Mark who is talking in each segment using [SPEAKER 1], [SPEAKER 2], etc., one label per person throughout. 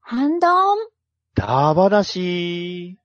[SPEAKER 1] ハンドン。
[SPEAKER 2] ダバダシ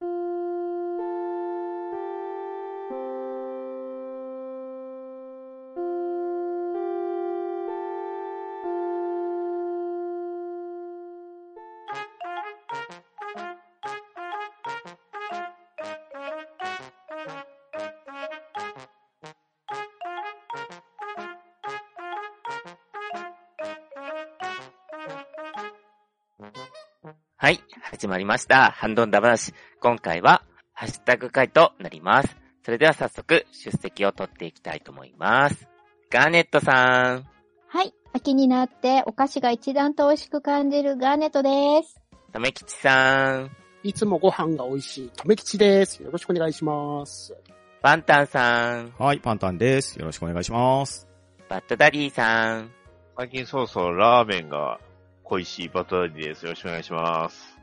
[SPEAKER 3] はい、始まりました。ハンドンダ話。今回は、ハッシュタグ会となります。それでは早速、出席を取っていきたいと思います。ガーネットさん、
[SPEAKER 1] はい。秋になってお菓子が一段と美味しく感じるガーネットです。
[SPEAKER 3] とめきちさん、
[SPEAKER 4] いつもご飯が美味しい、とめきちです。よろしくお願いします。
[SPEAKER 3] パンタンさん、
[SPEAKER 5] はい、パンタンです。よろしくお願いします。
[SPEAKER 3] バッドダディさん、
[SPEAKER 2] 最近そろそろラーメンが恋しいバトルです。よろしくお願いします。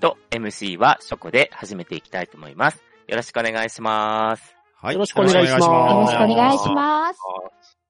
[SPEAKER 3] と MC はショコで始めていきたいと思います。よろしくお願いします。
[SPEAKER 5] はい、
[SPEAKER 4] よろしくお願いします
[SPEAKER 1] よろしくお願いし
[SPEAKER 5] ま
[SPEAKER 1] ます。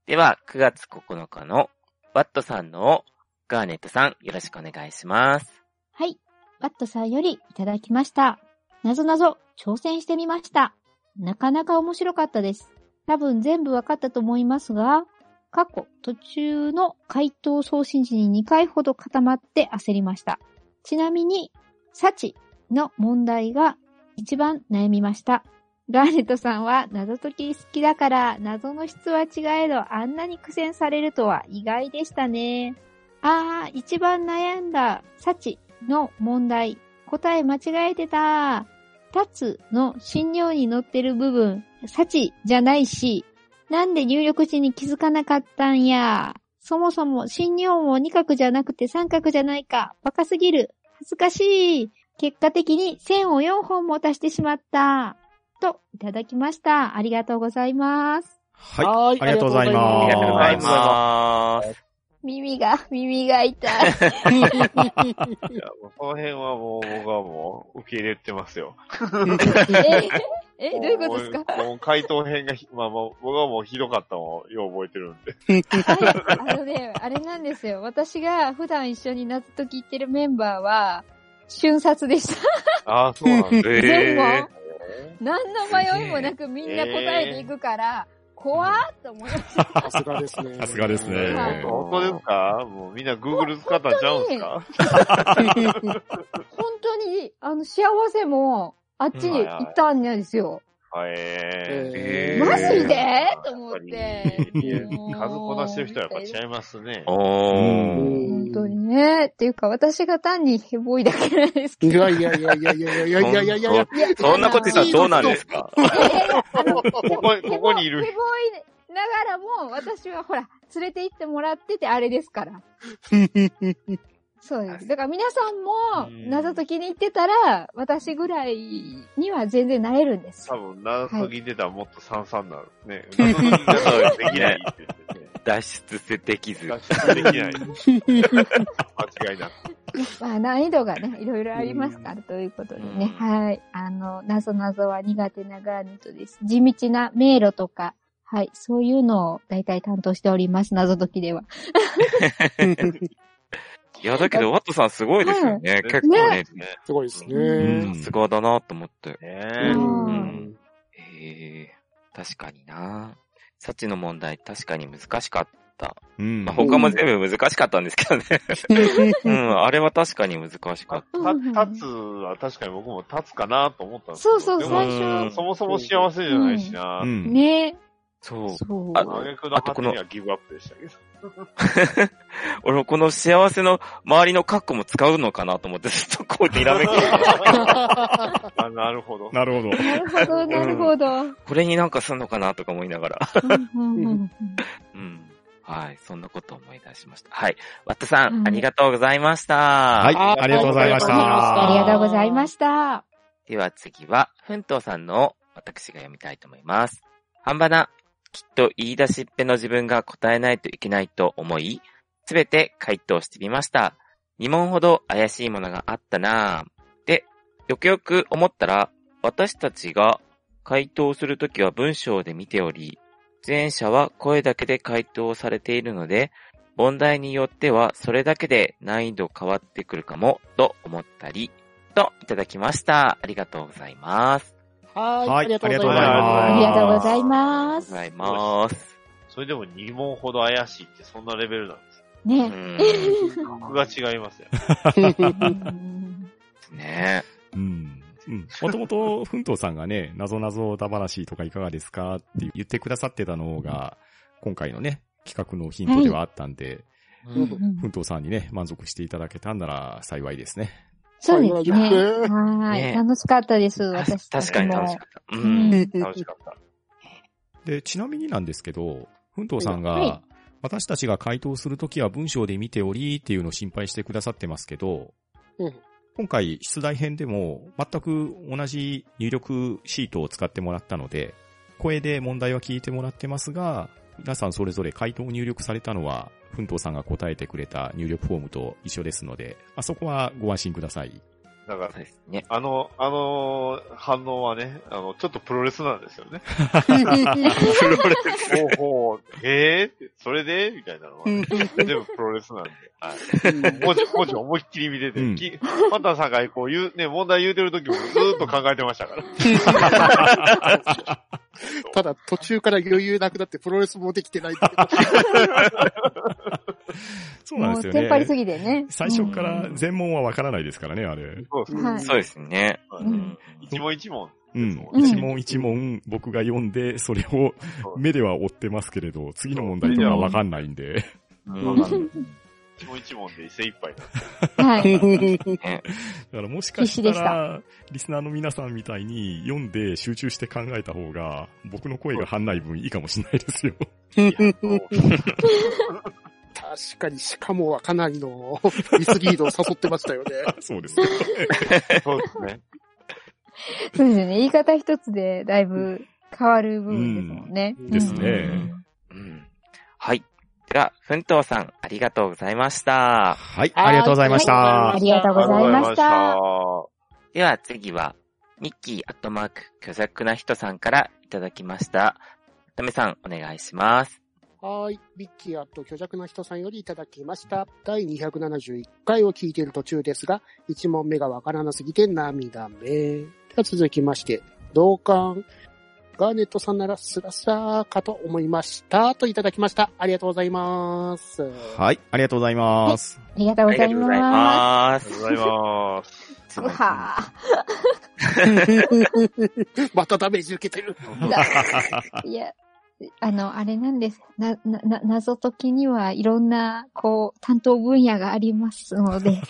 [SPEAKER 3] では、9月9日のワットさんのガーネットさん、よろしくお願いします。
[SPEAKER 1] はい。バットさんよりいただきました。なぞなぞ挑戦してみました。なかなか面白かったです。多分全部わかったと思いますが、過去途中の回答送信時に2回ほど固まって焦りました。ちなみに、サチの問題が一番悩みました。ガーネットさんは謎解き好きだから謎の質は違えどあんなに苦戦されるとは意外でしたね。あー、一番悩んだサチの問題。答え間違えてた。タツの診療に載ってる部分、サチじゃないし、なんで入力時に気づかなかったんや。そもそも診療も二角じゃなくて三角じゃないか。バカすぎる。恥ずかしい。結果的に線を4本も足してしまった。と、いただきました。ありがとうございます。
[SPEAKER 5] す。はい、ありがとうございます。
[SPEAKER 3] ありがとうござい
[SPEAKER 4] あ
[SPEAKER 3] ます。
[SPEAKER 1] 耳が、耳が痛い。
[SPEAKER 4] りがとうございます。
[SPEAKER 2] いや、もうこの辺はもう僕はもう受け入れてますよ。
[SPEAKER 1] え、え、どういうことですか
[SPEAKER 2] もうもう回答編がひ、まあもう僕はもうひどかったのをよう覚えてるん で。
[SPEAKER 1] はいあのね、あれなんですよ。私が普段一緒に謎解き行ってるメンバーは、瞬殺でした。
[SPEAKER 2] ああ、そうなんですね。
[SPEAKER 1] 全問
[SPEAKER 2] え
[SPEAKER 1] 何の迷いもなくみんな答えていくから、怖ーって思いました。
[SPEAKER 4] さすがですね。
[SPEAKER 5] さすがですね
[SPEAKER 2] ー本当ですかもうみんな Google 使ったんちゃうんすか
[SPEAKER 1] 本当に、あの、幸せも、あっちに行ったんですよ。
[SPEAKER 2] はい。
[SPEAKER 4] え
[SPEAKER 2] え
[SPEAKER 4] ー
[SPEAKER 1] マ
[SPEAKER 4] マ
[SPEAKER 1] ジ
[SPEAKER 4] ジ
[SPEAKER 1] で
[SPEAKER 2] やぱり
[SPEAKER 1] と思って。
[SPEAKER 2] いや
[SPEAKER 1] もう
[SPEAKER 2] 数こなしてる人はやっぱ違いますね。
[SPEAKER 3] おー。
[SPEAKER 1] 本当にね。っていうか、私が単にヘボいだけなんですけ
[SPEAKER 4] い
[SPEAKER 1] ど。
[SPEAKER 4] やいやいやいやいやいやいやいやいやいや。
[SPEAKER 1] いや
[SPEAKER 3] そんなこと言ったらどうなんですか
[SPEAKER 1] いやいやいやあの
[SPEAKER 2] ここにここにいる
[SPEAKER 1] ヘボいながらも、私はほら、連れて行ってもらっててあれですから。そうです。だから皆さん
[SPEAKER 2] う
[SPEAKER 1] も
[SPEAKER 2] ん
[SPEAKER 1] 謎解きに行ってたら、私ぐらいには全然なれるんです
[SPEAKER 2] 多
[SPEAKER 1] よ。
[SPEAKER 2] 分、謎解き出たらもっと三々なんですね。謎解き出たらできないって言って
[SPEAKER 3] 脱出できず
[SPEAKER 2] ね。。脱出できない。間違いなく。
[SPEAKER 1] まあ難易度がね、いろいろありますから、ということでね。
[SPEAKER 3] うん
[SPEAKER 1] はい。あの、謎謎は苦手なガーネットです。地道な迷路とか、はい、そういうのを大体担当しております、謎解きでは。
[SPEAKER 3] いや、だけど、ワットさんすごいですよね。結構ね、
[SPEAKER 4] すごいです
[SPEAKER 5] うん
[SPEAKER 4] ね。
[SPEAKER 3] さすがだなと思って。
[SPEAKER 2] ね
[SPEAKER 1] うん
[SPEAKER 3] んええ確かにな。サチの問題、確かに難しかった。
[SPEAKER 5] うん
[SPEAKER 3] まあ、他も全部難しかったんですけどね。 うん、あれは確かに難しかった
[SPEAKER 2] た、立つは確かに僕も立つかなと思ったんですけ
[SPEAKER 1] そうそう、
[SPEAKER 2] どで
[SPEAKER 1] 最
[SPEAKER 2] も
[SPEAKER 1] 初。
[SPEAKER 2] そもそも幸せじゃないしな
[SPEAKER 5] う。ん。
[SPEAKER 1] ね。
[SPEAKER 3] た。そう。
[SPEAKER 1] そう。
[SPEAKER 3] あ
[SPEAKER 2] 挙句の果てにはギブアップでしたけど。
[SPEAKER 3] 俺、この幸せの周りのカッコも使うのかなと思って、ずっとこうに らめき。
[SPEAKER 2] あ、なるほど。
[SPEAKER 5] なるほど。
[SPEAKER 1] なるほど、なるほど。
[SPEAKER 3] これになんかすんのかなとか思いながら。
[SPEAKER 1] うんうんうん
[SPEAKER 3] うん。はい。そんなことを思い出しました。はい。ワットさ
[SPEAKER 1] うん
[SPEAKER 3] ん、ありがとうございました。
[SPEAKER 5] はい、ありがとうございまし
[SPEAKER 4] あり
[SPEAKER 1] あ
[SPEAKER 5] た。
[SPEAKER 1] りがとうございました。
[SPEAKER 3] では次は、ふんとうさんの私が読みたいと思います。半ばな、きっと言い出しっぺの自分が答えないといけないと思い、すべて回答してみました。2問ほど怪しいものがあったなぁ。で、よくよく思ったら、私たちが回答するときは文章で見ており、出演者は声だけで回答されているので、問題によってはそれだけで難易度変わってくるかもと思ったり、といただきました。ありがとうございます。
[SPEAKER 4] はい。
[SPEAKER 5] はい
[SPEAKER 4] ありがとうござい
[SPEAKER 1] あ
[SPEAKER 5] あ
[SPEAKER 4] ま
[SPEAKER 1] り
[SPEAKER 4] す。
[SPEAKER 1] がとうござい
[SPEAKER 3] あ
[SPEAKER 1] ま
[SPEAKER 3] りがとう
[SPEAKER 1] す
[SPEAKER 3] ご。ざいます。
[SPEAKER 2] それでも2問ほど怪しいってそんなレベルなんです。
[SPEAKER 3] う
[SPEAKER 1] ね。
[SPEAKER 3] ん。
[SPEAKER 2] 僕が違いますよ。
[SPEAKER 1] うん
[SPEAKER 3] ね
[SPEAKER 5] うん。もともと、ふんとうさんがね、なぞなぞだ話とかいかがですかって言ってくださってたのが、今回のね、企画のヒントではあったんで、
[SPEAKER 4] うん
[SPEAKER 5] ふんとうさんにね、満足していただけたんなら幸いですね。
[SPEAKER 1] そうですね。
[SPEAKER 4] そうですね
[SPEAKER 1] はい。
[SPEAKER 3] ね
[SPEAKER 1] 楽しかったです、
[SPEAKER 3] た
[SPEAKER 1] 私たち
[SPEAKER 3] 確かに
[SPEAKER 1] も
[SPEAKER 3] 楽しかった。う
[SPEAKER 1] うん
[SPEAKER 3] ん。
[SPEAKER 2] 楽しかった。
[SPEAKER 5] で、ちなみになんですけど、ふんとうさんが、
[SPEAKER 1] はい
[SPEAKER 5] 私たちが回答するときは文章で見ておりっていうのを心配してくださってますけど、
[SPEAKER 4] うん
[SPEAKER 5] 今回出題編でも全く同じ入力シートを使ってもらったので、声で問題は聞いてもらってますが、皆さんそれぞれ回答を入力されたのは、ふんとうさんが答えてくれた入力フォームと一緒ですので、まあ、そこはご安心ください。
[SPEAKER 2] だから
[SPEAKER 3] そう、ですね。
[SPEAKER 2] あの、あの反応はね、あの、ちょっとプロレスなんですよね。
[SPEAKER 3] プロレス。
[SPEAKER 2] ほうほう、えーって、それでみたいなのは、
[SPEAKER 4] うん
[SPEAKER 2] 全部プロレスなんで。はい文 字、文字思いっきり見てて、
[SPEAKER 5] うん
[SPEAKER 2] きパンタンさんがこう言う、ね、問題言うてる時もずーっと考えてましたから。
[SPEAKER 4] ただ、途中から余裕なくなってプロレスもできてないんだけど。
[SPEAKER 5] そうなん
[SPEAKER 1] も
[SPEAKER 5] で
[SPEAKER 1] う
[SPEAKER 5] すよ
[SPEAKER 1] テンパりす
[SPEAKER 5] ね。
[SPEAKER 1] ぎてね。
[SPEAKER 5] 最初か
[SPEAKER 1] う
[SPEAKER 5] ら
[SPEAKER 1] ん
[SPEAKER 5] 全問はわからないですからね、あれ。
[SPEAKER 2] そうです
[SPEAKER 1] はい
[SPEAKER 3] そうですね。
[SPEAKER 2] は
[SPEAKER 1] う
[SPEAKER 2] い
[SPEAKER 1] ん
[SPEAKER 2] 一問一問。
[SPEAKER 5] うん。
[SPEAKER 1] うん
[SPEAKER 5] 一問一問僕が読んで、それを
[SPEAKER 2] そう
[SPEAKER 5] 目では追ってますけれど、次の問題とかわかんないんで。
[SPEAKER 3] うん
[SPEAKER 2] 一問一問で精一杯なんで
[SPEAKER 1] はい。
[SPEAKER 5] だからもしかしたら、リスナーの皆さんみたいに読んで集中して考えた方が、僕の声が張んない分いいかもしれないですよ。
[SPEAKER 4] 確かに、しかもはかなりのミスリードを誘ってましたよね。
[SPEAKER 5] そうですよね。
[SPEAKER 2] そうですね。
[SPEAKER 1] そうですよね。言い方一つでだいぶ変わる部分ですもんね。
[SPEAKER 4] うん
[SPEAKER 5] です
[SPEAKER 3] う
[SPEAKER 5] ね。
[SPEAKER 3] んうんはい。では、奮闘さん、ありがとうございました。
[SPEAKER 5] はい、ありがとうございまし
[SPEAKER 1] は
[SPEAKER 5] た
[SPEAKER 1] いあ。りがとうございました。
[SPEAKER 3] では次は、ミッキーアットマーク、巨弱な人さんからいただきました。ダメさん、お願いします。
[SPEAKER 4] はい。ビッキーアット巨弱な人さんよりいただきました。第271回を聞いている途中ですが、1問目がわからなすぎて涙目。では続きまして、同感。ガーネットさんならスラサーかと思いました。といただきました。ありがとうございます。
[SPEAKER 5] はい、ありがとうございます。
[SPEAKER 1] ありがとうございます
[SPEAKER 3] す
[SPEAKER 2] ありがとうございます。
[SPEAKER 1] す。うは
[SPEAKER 4] またダメージ受けてる。
[SPEAKER 1] ぁ。いや、あの、あれなんです。な、な、な謎解きにはいろんな、こう、担当分野がありますの で。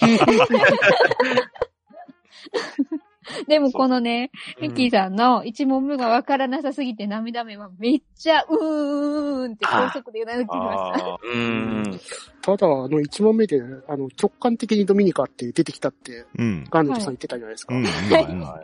[SPEAKER 1] でもこのね、ミッキーさんの一問目がわからなさすぎて涙目はめっちゃ、うーんって高速でうなずきま
[SPEAKER 2] あ
[SPEAKER 3] うーん。
[SPEAKER 4] ただ、あの、1問目で、あの、直感的にドミニカって出てきたって、
[SPEAKER 5] うん。
[SPEAKER 4] ガーネットさん言ってたじゃないですか。
[SPEAKER 5] うん。
[SPEAKER 2] あ。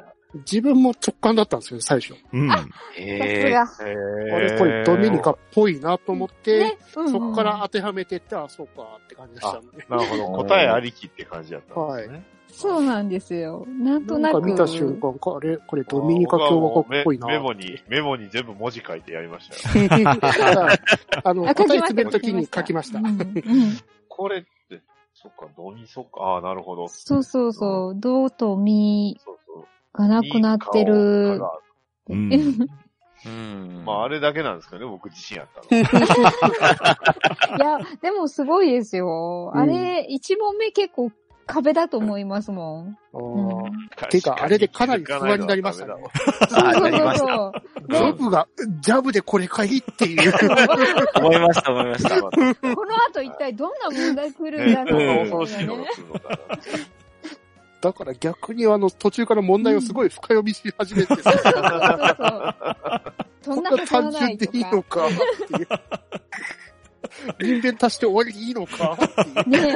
[SPEAKER 4] 自分も直感だったんですよね、最初。
[SPEAKER 5] うん。
[SPEAKER 1] した。さ
[SPEAKER 3] え
[SPEAKER 1] すが。
[SPEAKER 3] ー
[SPEAKER 2] え
[SPEAKER 4] あれ、これドミニカっぽいなと思って、
[SPEAKER 1] ね、うん
[SPEAKER 4] そこから当てはめてって、あ、そうかって感じでしたね。
[SPEAKER 2] なるほど。答えありきって感じだったんですね。
[SPEAKER 1] そうなんですよ。なんと
[SPEAKER 4] な
[SPEAKER 1] なんく。
[SPEAKER 4] か見た瞬間か、あれ、これドミニカ共和国っぽいな。
[SPEAKER 2] メモに、メモに全部文字書いてやりましたよ。
[SPEAKER 4] あの、
[SPEAKER 1] あ、書
[SPEAKER 4] 答
[SPEAKER 1] き
[SPEAKER 4] え
[SPEAKER 1] まし
[SPEAKER 4] 滑
[SPEAKER 1] た。
[SPEAKER 4] るときに書きました
[SPEAKER 1] う。んうん
[SPEAKER 2] これって、そっか、ドミソか。ああ、なるほど。
[SPEAKER 1] そうそうそう。ドとミ
[SPEAKER 2] そうそう。
[SPEAKER 1] がなくなってる。
[SPEAKER 5] うん
[SPEAKER 3] うん。
[SPEAKER 2] まあ、あれだけなんですかね、僕自信あったの。
[SPEAKER 1] いや、でもすごいですよ。
[SPEAKER 4] うん
[SPEAKER 1] あれ、一問目結構壁だと思いますもん。うん
[SPEAKER 4] てか、あれでかなり不安になりましたね。
[SPEAKER 1] そうそう
[SPEAKER 3] なりまし
[SPEAKER 1] そ
[SPEAKER 3] た
[SPEAKER 1] うそう。
[SPEAKER 4] ジャブが、ジャブでこれかいっていう。
[SPEAKER 3] 思いました、思いました。
[SPEAKER 1] この後一体どんな問題来るんだろう。
[SPEAKER 2] 恐ろしいのが来るのかな。
[SPEAKER 4] だから逆にあの、途中から問題をすごい深読みし始め
[SPEAKER 1] そ
[SPEAKER 4] て、
[SPEAKER 1] うそうそうそんな
[SPEAKER 4] こん
[SPEAKER 1] は
[SPEAKER 4] な
[SPEAKER 1] ずは
[SPEAKER 4] 単
[SPEAKER 1] な
[SPEAKER 4] 純
[SPEAKER 1] い
[SPEAKER 4] で
[SPEAKER 1] と
[SPEAKER 4] いいの
[SPEAKER 1] か。
[SPEAKER 4] かっていう。 人間足して終わりでいいのかっていう。
[SPEAKER 1] ね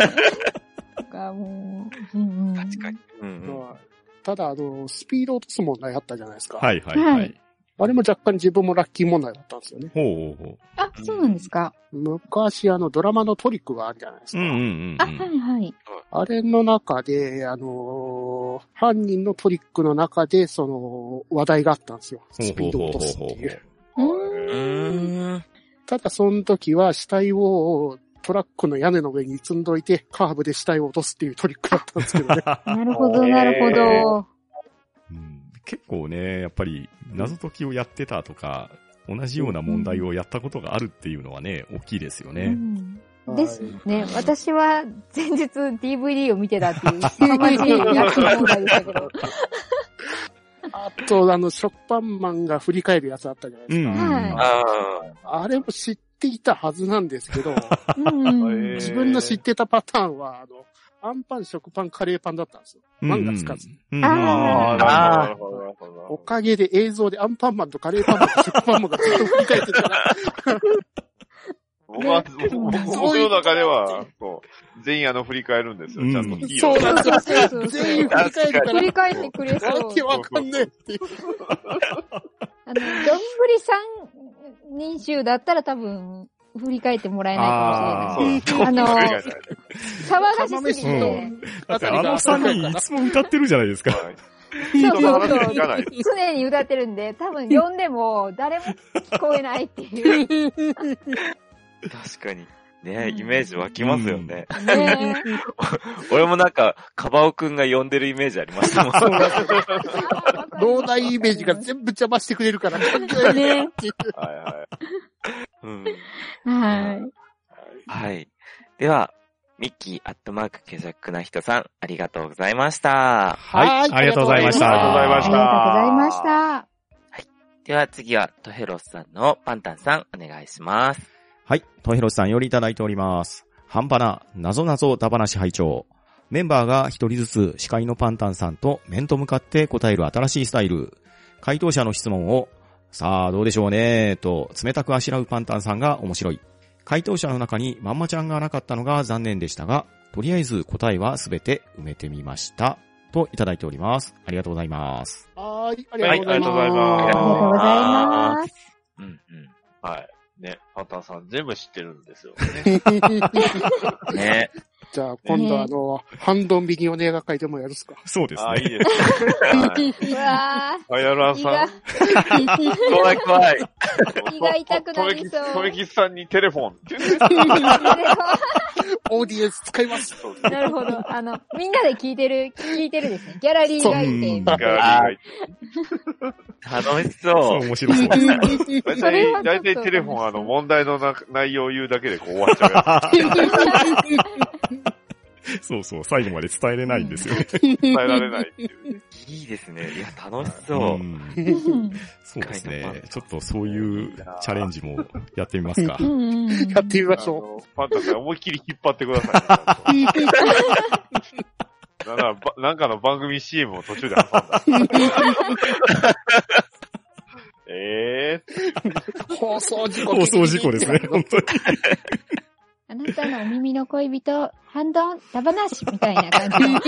[SPEAKER 1] え。とかもう。うんうん
[SPEAKER 3] 確かに。うん
[SPEAKER 4] まあただ、あの、スピード落とす問題あったじゃないですか。
[SPEAKER 5] はいはいは
[SPEAKER 1] はいい。
[SPEAKER 4] あれも若干自分もラッキー問題だったんですよね。
[SPEAKER 5] ほうほうほう。
[SPEAKER 1] あ、そうなんですか。
[SPEAKER 4] 昔、あの、ドラマのトリックがあるじゃないです
[SPEAKER 5] う
[SPEAKER 4] か。
[SPEAKER 5] んうん
[SPEAKER 1] あ、
[SPEAKER 5] う
[SPEAKER 1] は
[SPEAKER 5] ん
[SPEAKER 1] いはい。
[SPEAKER 4] あれの中で、あのー犯人のトリックの中で、その、話題があったんですよ。スピードを落とすっていう。
[SPEAKER 1] うーん
[SPEAKER 3] うん。うーん。
[SPEAKER 4] ただ、その時は死体をトラックの屋根の上に積んどいて、カーブで死体を落とすっていうトリックだったんですけどね。
[SPEAKER 1] なるほど、なるほど。
[SPEAKER 5] うん結構ね、やっぱり謎解きをやってたとか、同じような問題をやったことがあるっていうのはね、大きいですよ
[SPEAKER 1] う
[SPEAKER 5] ね。
[SPEAKER 1] ん
[SPEAKER 4] は い
[SPEAKER 1] ですね。私は前日 DVD を見てたって いう、凄まじいラッキー問題でしたけど。
[SPEAKER 4] あと、あの、食パンマンが振り返るやつあったじゃないですか。
[SPEAKER 1] んは
[SPEAKER 3] あ
[SPEAKER 4] あれも知っていたはずなんですけど、
[SPEAKER 1] うん
[SPEAKER 2] へー
[SPEAKER 4] 自分の知ってたパターンは、あの、アンパン、食パン、カレーパンだったんですよ。
[SPEAKER 5] うん
[SPEAKER 4] 漫画つかず。
[SPEAKER 5] うん
[SPEAKER 1] あ
[SPEAKER 2] あ
[SPEAKER 1] ー
[SPEAKER 2] あ、
[SPEAKER 3] あー
[SPEAKER 2] なるほど、なるほどなる
[SPEAKER 4] お
[SPEAKER 2] ほ
[SPEAKER 4] かげで映像でアンパンマンとカレーパンマンと食パンマンがずっと振り返ってたから、
[SPEAKER 2] ど。僕は、
[SPEAKER 1] ね
[SPEAKER 2] 僕
[SPEAKER 4] そう
[SPEAKER 2] 僕の中では、そう、全員あの振り返るんですよ、ちゃんと
[SPEAKER 5] うん
[SPEAKER 2] ヒーロー。
[SPEAKER 4] そうなんですよ。
[SPEAKER 1] そう そうそう。
[SPEAKER 4] 全員振り返るか
[SPEAKER 1] 振
[SPEAKER 4] ら
[SPEAKER 1] り、返ってくれそう
[SPEAKER 4] わ。けわかんねえっていう。
[SPEAKER 1] あの、どんぶり三人衆だったら多分、振り返ってもらえないか
[SPEAKER 5] あー
[SPEAKER 1] あの
[SPEAKER 2] 振り返らない
[SPEAKER 1] もしれない。騒がしすぎて。
[SPEAKER 5] だってあの3人い つも歌ってるじゃないですか。
[SPEAKER 2] はい
[SPEAKER 1] そう
[SPEAKER 2] 人の
[SPEAKER 1] そう
[SPEAKER 2] 話
[SPEAKER 1] そう
[SPEAKER 2] 聞かない。
[SPEAKER 1] 常に歌ってるんで、多分呼んでも誰も聞こえないっていう。
[SPEAKER 3] ー確かに。ね
[SPEAKER 1] うん
[SPEAKER 3] イメージ湧きますよね。
[SPEAKER 1] ね
[SPEAKER 3] 俺もなんか、カバオくんが呼んでるイメージありましたもん。
[SPEAKER 4] 脳内イメージが全部邪魔してくれるから、関係ない
[SPEAKER 1] ね。
[SPEAKER 4] っていう。
[SPEAKER 2] はいは
[SPEAKER 3] うん
[SPEAKER 1] はい。
[SPEAKER 3] はい。では、ミッキーアットマークケジャックな人さん、ありがとうございました。
[SPEAKER 5] はい、ありがとうございました。
[SPEAKER 2] ありがとうございま
[SPEAKER 1] あ
[SPEAKER 2] し
[SPEAKER 1] り
[SPEAKER 2] た
[SPEAKER 1] がとうございました。
[SPEAKER 3] では次は、トヘロスさんのパンタンさん、お願いします。
[SPEAKER 5] はい。とひろしさんよりいただいております。半端な、謎謎だ話拝聴メンバーが一人ずつ司会のパンタンさんと面と向かって答える新しいスタイル。回答者の質問を、さあどうでしょうねと冷たくあしらうパンタンさんが面白い。回答者の中にまんまちゃんがなかったのが残念でしたが、とりあえず答えはすべて埋めてみました。といただいております。ありがとうございます。
[SPEAKER 4] はーい、あ
[SPEAKER 2] い。はい、あ
[SPEAKER 4] り
[SPEAKER 2] り
[SPEAKER 4] が
[SPEAKER 2] が
[SPEAKER 4] と
[SPEAKER 2] と
[SPEAKER 4] う
[SPEAKER 2] う
[SPEAKER 4] ご
[SPEAKER 2] ご
[SPEAKER 4] ざ
[SPEAKER 2] ざ
[SPEAKER 4] い
[SPEAKER 2] い
[SPEAKER 4] ます。
[SPEAKER 1] あ
[SPEAKER 2] ます。
[SPEAKER 1] りがとうございます。
[SPEAKER 3] うん
[SPEAKER 2] はい。ね、パンタンさん全部知ってるんですよね。
[SPEAKER 3] うん。ね
[SPEAKER 4] じゃあ、今度あの、ハンドンビニオネ画会でもやるっすか。
[SPEAKER 5] そうで
[SPEAKER 2] ああ、いいですね。はい
[SPEAKER 1] うんうわ
[SPEAKER 2] ファイアルアン
[SPEAKER 1] ー、胃
[SPEAKER 2] さん
[SPEAKER 1] が、、
[SPEAKER 3] 怖い怖い。
[SPEAKER 1] 胃が痛くなりそう。
[SPEAKER 2] とめきさんにテレフォンっていうね。
[SPEAKER 4] オーディエンス使います。
[SPEAKER 1] なるほど。あの、みんなで聞いてる、聞いてるですね。ギャラリーがいて。
[SPEAKER 2] ガーリーがいて
[SPEAKER 3] 楽しそう。
[SPEAKER 5] 面白そう。
[SPEAKER 2] 大
[SPEAKER 1] そ れは
[SPEAKER 2] 体、
[SPEAKER 1] ちょっ
[SPEAKER 2] 大
[SPEAKER 1] と
[SPEAKER 2] 体テレフォン、あの、問題のな内容を言うだけでこう終わっちゃうや
[SPEAKER 5] そうそう、最後まで伝えれないんですよね。
[SPEAKER 2] つ。伝えられないっていうね。
[SPEAKER 3] いいですね。いや、楽しそうう。
[SPEAKER 1] う
[SPEAKER 5] ん
[SPEAKER 1] ん
[SPEAKER 5] そうです
[SPEAKER 3] ガイドパ
[SPEAKER 5] ね
[SPEAKER 3] ン。
[SPEAKER 5] ちょっとそういうチャレンジもやってみますか
[SPEAKER 1] う。んうんうん
[SPEAKER 4] やってみ
[SPEAKER 2] あ
[SPEAKER 4] ま しょ
[SPEAKER 2] の、パンタンさん思いっきり引っ張ってくださ
[SPEAKER 4] う。
[SPEAKER 2] い。なんならばなんかの番組 CM を途中で挟んだ。 ええ
[SPEAKER 4] 放送事故。
[SPEAKER 5] 放送事故です ね、本当に。
[SPEAKER 1] あなたのお耳の恋人、ハンドン、ダバナシみたいな感じの。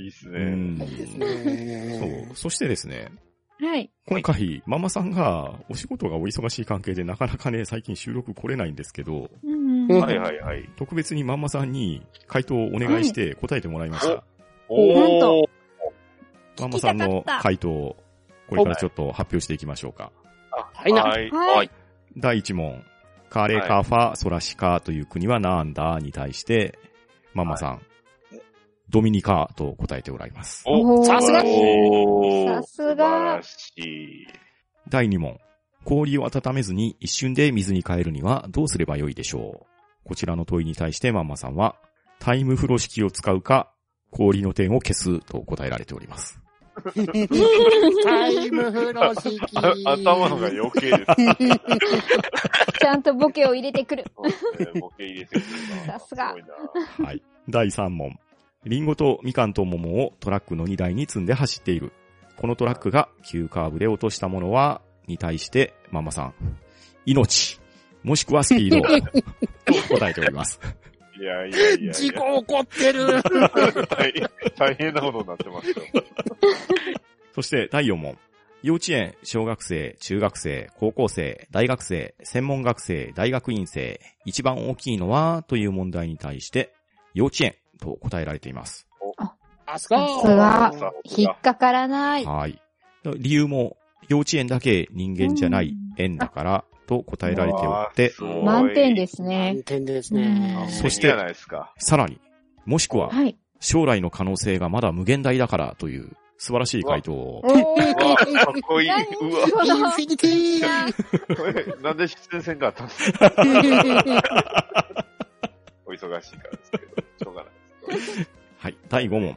[SPEAKER 2] いいっす
[SPEAKER 5] う
[SPEAKER 2] ね。
[SPEAKER 5] ん
[SPEAKER 4] ね
[SPEAKER 5] そう。そしてですね、
[SPEAKER 1] はい。
[SPEAKER 5] 今回、ママさんがお仕事がお忙しい関係でなかなかね、最近収録来れないんですけど、
[SPEAKER 1] うんうん
[SPEAKER 4] う
[SPEAKER 1] ん。
[SPEAKER 2] はいはいはい。
[SPEAKER 5] 特別にママさんに回答をお願いして答えてもらいました。
[SPEAKER 1] なんと
[SPEAKER 2] おー。
[SPEAKER 5] ママさんの回答を、これからちょっと発表していきましょうか。
[SPEAKER 4] はいな
[SPEAKER 2] はい。
[SPEAKER 1] は
[SPEAKER 3] はいい。
[SPEAKER 5] 第1問。カレカファ、ソラシカという国はなんだに対して、ママさん、ドミニカと答えておられます。
[SPEAKER 1] おー
[SPEAKER 2] さすが
[SPEAKER 3] おー
[SPEAKER 1] さすが
[SPEAKER 2] 素晴らしい。
[SPEAKER 5] 第2問。氷を温めずに一瞬で水に変えるにはどうすればよいでしょうこちらの問いに対してマンマさんは、タイム風呂式を使うか、氷の点を消すと答えられております。
[SPEAKER 4] タイム風呂敷。
[SPEAKER 2] あ 頭のが余計ですね。
[SPEAKER 1] ちゃんとボケを入れてくる。
[SPEAKER 2] ボケ入れてくるな
[SPEAKER 1] さすが
[SPEAKER 2] ごいな
[SPEAKER 5] はい。第3問。リンゴとみかんと桃をトラックの荷台に積んで走っている。このトラックが急カーブで落としたものは、に対してマンマさん、命、もしくはスピードと答えております。
[SPEAKER 2] いやいやいやいや。
[SPEAKER 4] 事故起こってる。
[SPEAKER 2] 大変大変なことになってますよ。
[SPEAKER 5] そして第4問。幼稚園、小学生、中学生、高校生、大学生、専門学生、大学院生、一番大きいのはという問題に対して、幼稚園と答えられています。
[SPEAKER 4] あす
[SPEAKER 1] さすが
[SPEAKER 2] さ
[SPEAKER 1] 引っかからない。
[SPEAKER 5] はい。理由も、幼稚園だけ人間じゃない
[SPEAKER 1] うん
[SPEAKER 5] 縁だから、と答えられておって、
[SPEAKER 2] うわー
[SPEAKER 1] 満点ですね。
[SPEAKER 4] 満点ですね
[SPEAKER 1] うん。
[SPEAKER 2] そ
[SPEAKER 5] そ
[SPEAKER 2] し、
[SPEAKER 5] してて
[SPEAKER 2] いいじゃないですか。
[SPEAKER 5] さらに、もしくは、
[SPEAKER 1] はい。
[SPEAKER 5] 将来の可能性がまだ無限大だからという素晴らしい回答を
[SPEAKER 1] お、ー
[SPEAKER 2] うわーかっこいい。
[SPEAKER 1] 何
[SPEAKER 2] うわ
[SPEAKER 1] そ
[SPEAKER 4] インフ
[SPEAKER 1] の
[SPEAKER 4] ィニティ
[SPEAKER 2] ー、なんで出演せんかったんですかお忙しいからですけど、しょうがないですけど。
[SPEAKER 5] はい。第5問。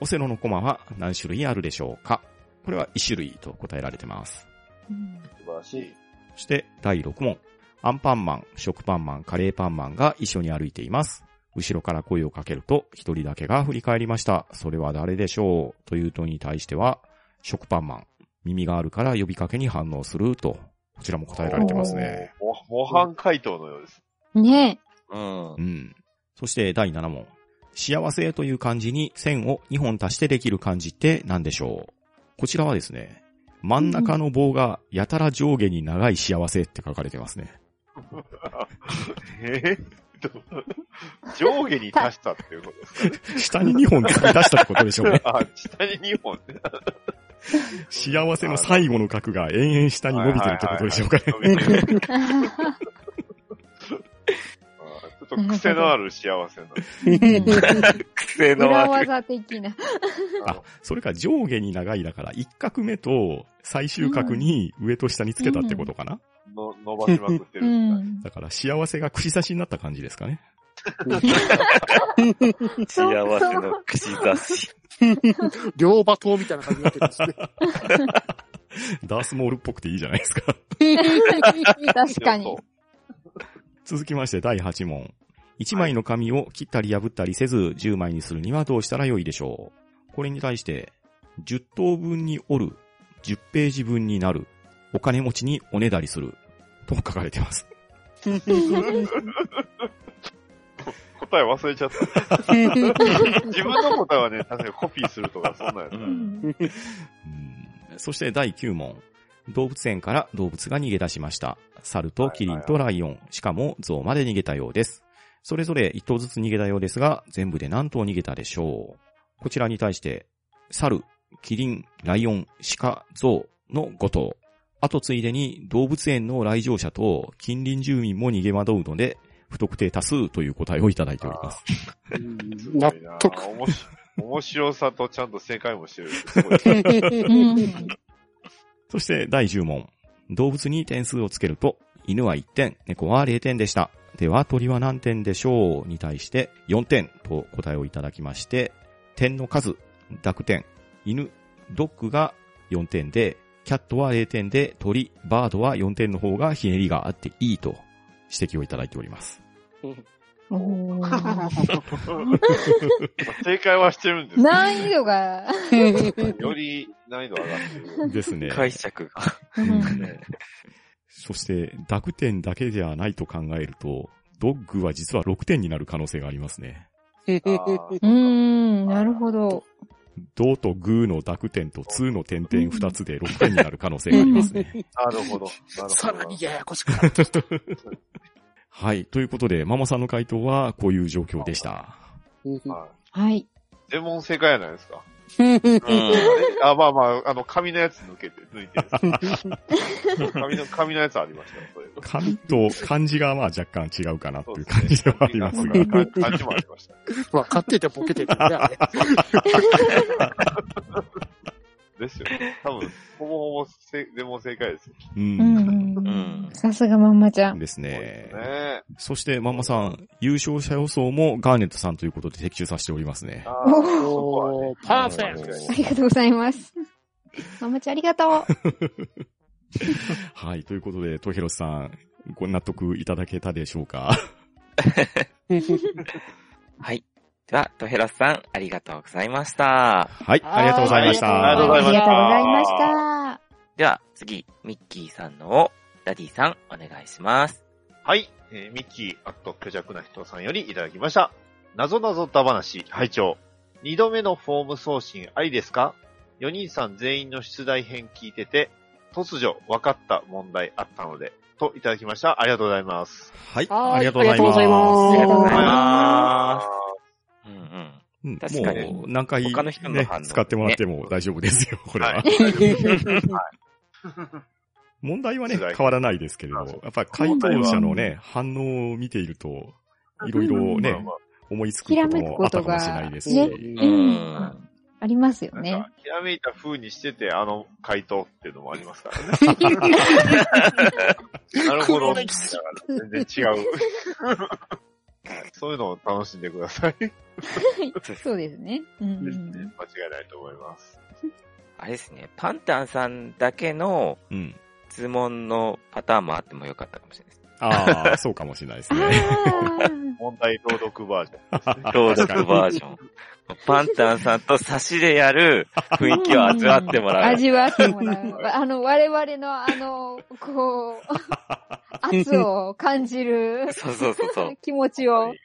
[SPEAKER 5] オセロのコマは何種類あるでしょうかこれは1種類と答えられてます。
[SPEAKER 1] うん
[SPEAKER 2] 素晴らしい。
[SPEAKER 5] そして、第6問。アンパンマン、食パンマン、カレーパンマンが一緒に歩いています。後ろから声をかけると、一人だけが振り返りました。それは誰でしょうという問いに対しては、食パンマン、耳があるから呼びかけに反応すると、こちらも答えられてますね。
[SPEAKER 2] おー。模模範回答のようです。
[SPEAKER 1] ね
[SPEAKER 3] うん
[SPEAKER 5] う。ん。そして、第7問。幸せという漢字に線を2本足してできる漢字って何でしょうこちらはですね、真ん中の棒がやたら上下に長い幸せって書かれてますね。
[SPEAKER 2] えーっと、上下に足したっていうことです
[SPEAKER 5] 下に2本突き出したってことでしょ うね。
[SPEAKER 2] かあ、下に2本ね。
[SPEAKER 5] 幸せの最後の角が延々下 に伸びてるってことでしょうかね。
[SPEAKER 2] はいはいはいはい。
[SPEAKER 1] え。
[SPEAKER 2] あちょっと癖のある幸せなんです
[SPEAKER 3] 癖の
[SPEAKER 1] 裏
[SPEAKER 3] ある。
[SPEAKER 1] 技的な。
[SPEAKER 5] あ、それか上下に長いだから、一角目と最終角に上と下につけたってことかな、
[SPEAKER 2] の伸ばしまくって
[SPEAKER 1] う
[SPEAKER 2] るみたい。
[SPEAKER 1] ん。
[SPEAKER 5] だから幸せが串刺しになった感じですかね。
[SPEAKER 1] そう
[SPEAKER 3] 幸せの口出し。
[SPEAKER 4] 両馬刀みたいな感じになってますね。
[SPEAKER 5] ダースモールっぽくていいじゃないですか。
[SPEAKER 1] 確かに。
[SPEAKER 5] 続きまして第8問。1枚の紙を切ったり破ったりせず10枚にするにはどうしたらよいでしょうこれに対して、10等分に折る、10ページ分になる、お金持ちにおねだりする、と書かれてます。
[SPEAKER 2] 答え忘れちゃった。 自分の答えはね、確かにコピーするとか、そんなんやつ
[SPEAKER 3] う。。
[SPEAKER 1] うんん
[SPEAKER 5] うんそして第9問。動物園から動物が逃げ出しました。猿とキリンとライオン、しかも象まで逃げたようです。それぞれ1頭ずつ逃げたようですが、全部で何頭逃げたでしょうこちらに対して、猿、キリン、ライオン、鹿、象の5頭。あとついでに動物園の来場者と近隣住民も逃げ惑うので、不特定多数という答えをいただいております。
[SPEAKER 4] 納得。
[SPEAKER 2] 面白面白さとちゃんと正解もしてる。すごい
[SPEAKER 1] うん。
[SPEAKER 5] そして第10問。動物に点数をつけると、犬は1点、猫は0点でした。では鳥は何点でしょうに対して4点と答えをいただきまして、点の数、濁点、犬、ドッグが4点で、キャットは0点で、鳥、バードは4点の方がひねりがあっていいと指摘をいただいております。
[SPEAKER 1] おー
[SPEAKER 2] 正解はしてるんで す
[SPEAKER 1] 難易度が。
[SPEAKER 2] けど、より難易度上がってる。
[SPEAKER 5] ですね。
[SPEAKER 3] 解釈が。
[SPEAKER 1] うん
[SPEAKER 5] そして、濁点だけではないと考えると、ドッグは実は6点になる可能性がありますね。
[SPEAKER 1] うーん、なるほど。
[SPEAKER 5] ドとグーの濁点とツーの点々二つで6点になる可能性があります ね。
[SPEAKER 2] あーなるほど。なる
[SPEAKER 4] さ
[SPEAKER 2] ほ
[SPEAKER 4] ら
[SPEAKER 2] ど
[SPEAKER 4] に。ややこしくなってきた。
[SPEAKER 5] はい。ということで、ママさんの回答はこういう状況でした。
[SPEAKER 2] はい
[SPEAKER 1] はい。
[SPEAKER 2] 全問正解やないですか。
[SPEAKER 3] うん。
[SPEAKER 2] あ、まあまあ、あの、紙のやつ抜けて、抜いてるん です。紙の、紙のやつありましたよ、そういうの
[SPEAKER 5] 紙と漢字がまあ若干違うかなと
[SPEAKER 2] そう
[SPEAKER 5] いう
[SPEAKER 2] です
[SPEAKER 5] 感じではありますが。
[SPEAKER 2] 感感じもありました。
[SPEAKER 4] 分かっててボケてるね、あれ。
[SPEAKER 2] ですよね。多分、ほぼほぼせ、全問正解ですよ。
[SPEAKER 5] う。
[SPEAKER 1] うんん
[SPEAKER 3] う
[SPEAKER 1] うん
[SPEAKER 3] ん。
[SPEAKER 1] さすがまんまちゃん。
[SPEAKER 5] ですね。
[SPEAKER 2] ね
[SPEAKER 5] そして、ママさん、優勝者予想もガーネットさんということで的中させておりますね。
[SPEAKER 2] あーそこは
[SPEAKER 4] お
[SPEAKER 2] ね
[SPEAKER 4] ー、パーフ
[SPEAKER 2] 確
[SPEAKER 4] ェ
[SPEAKER 2] かに
[SPEAKER 1] あ
[SPEAKER 4] ク
[SPEAKER 1] りがとうございます。まんまちゃんありがとう。
[SPEAKER 5] はい。ということで、トヘロスさん、ご納得いただけたでしょうか
[SPEAKER 4] ト
[SPEAKER 3] はい。では、トヘラスさん、ありがとうございました。
[SPEAKER 5] はい。ありがとうございまし
[SPEAKER 2] はいありがとうございまし
[SPEAKER 1] あり
[SPEAKER 2] た
[SPEAKER 5] た。
[SPEAKER 1] がとうございました。
[SPEAKER 3] では、次、ミッキーさんのを、ダディさん、お願いします。
[SPEAKER 2] はい。えーミッキー、あと虚弱な人さんよりいただきました。なぞなぞだ話、拝聴。二度目のフォーム送信ありですか ?4 人さん全員の出題編聞いてて、突如分かった問題あったので、といただきました。ありがとうございます。
[SPEAKER 5] はい。
[SPEAKER 4] はい
[SPEAKER 5] ありがとうございます。
[SPEAKER 4] ありがとうございま
[SPEAKER 3] あ
[SPEAKER 4] す
[SPEAKER 3] りがとうござい
[SPEAKER 2] あ
[SPEAKER 3] ま
[SPEAKER 2] ー
[SPEAKER 3] す。うんうん。
[SPEAKER 5] うん
[SPEAKER 3] 確かに
[SPEAKER 5] もう何回、
[SPEAKER 3] 他の人の
[SPEAKER 5] ね
[SPEAKER 3] 反 応
[SPEAKER 5] 使ってもらっても大丈夫ですよ、これは。
[SPEAKER 2] は
[SPEAKER 5] はいい。問題はね、
[SPEAKER 2] 辛い
[SPEAKER 5] 変わらないですけれど、
[SPEAKER 2] あそう
[SPEAKER 5] やっぱり回答者のね、反応を見ていると、いろいろね、
[SPEAKER 2] ま
[SPEAKER 5] 思いつくこともあったかもしれないですし、
[SPEAKER 1] ひらめくことが
[SPEAKER 4] う
[SPEAKER 1] うんん。
[SPEAKER 3] うん
[SPEAKER 1] ありますよ
[SPEAKER 2] あ、なん
[SPEAKER 1] ね
[SPEAKER 2] か。、ひらめいた風にしてて、あの回答っていうのもありますからね。 なるほど。だから全 然違う。そういうのを楽しんでください。
[SPEAKER 1] そうですね。うんう
[SPEAKER 2] ですね
[SPEAKER 1] ん。
[SPEAKER 2] 間違いないと思います。
[SPEAKER 3] あれですね、パンタンさんだけの
[SPEAKER 5] うん。
[SPEAKER 3] 質問のパターンもあってもよかったかもしれないです。
[SPEAKER 5] ああ、そうかもしれないです
[SPEAKER 1] あ
[SPEAKER 5] ね。
[SPEAKER 1] あ、
[SPEAKER 2] 問題朗読バージョン。
[SPEAKER 3] 朗読バージョン。パンタンさんと差しでやる雰囲気を 味わってもらう。
[SPEAKER 1] 味わってもらう。あの、我々の、あの、こう、圧を感じる
[SPEAKER 3] そうそうそうそう。
[SPEAKER 1] 気持ちを、
[SPEAKER 2] ミ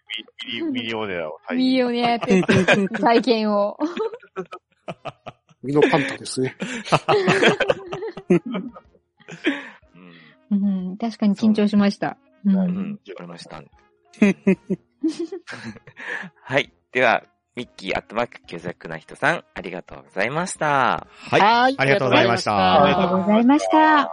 [SPEAKER 2] リミリオネラを対
[SPEAKER 1] ミリオネアって体験を。
[SPEAKER 4] ミノパンタですね。
[SPEAKER 3] うん
[SPEAKER 1] うん、確かに緊張しました。うん
[SPEAKER 2] は
[SPEAKER 3] う
[SPEAKER 2] い
[SPEAKER 3] ん、わかりました。はい。では、ミッキーアットマーク虚弱な人さん、ありがとうございました。
[SPEAKER 5] はい。
[SPEAKER 4] い
[SPEAKER 5] ありがとうございました
[SPEAKER 1] ありがとうございました。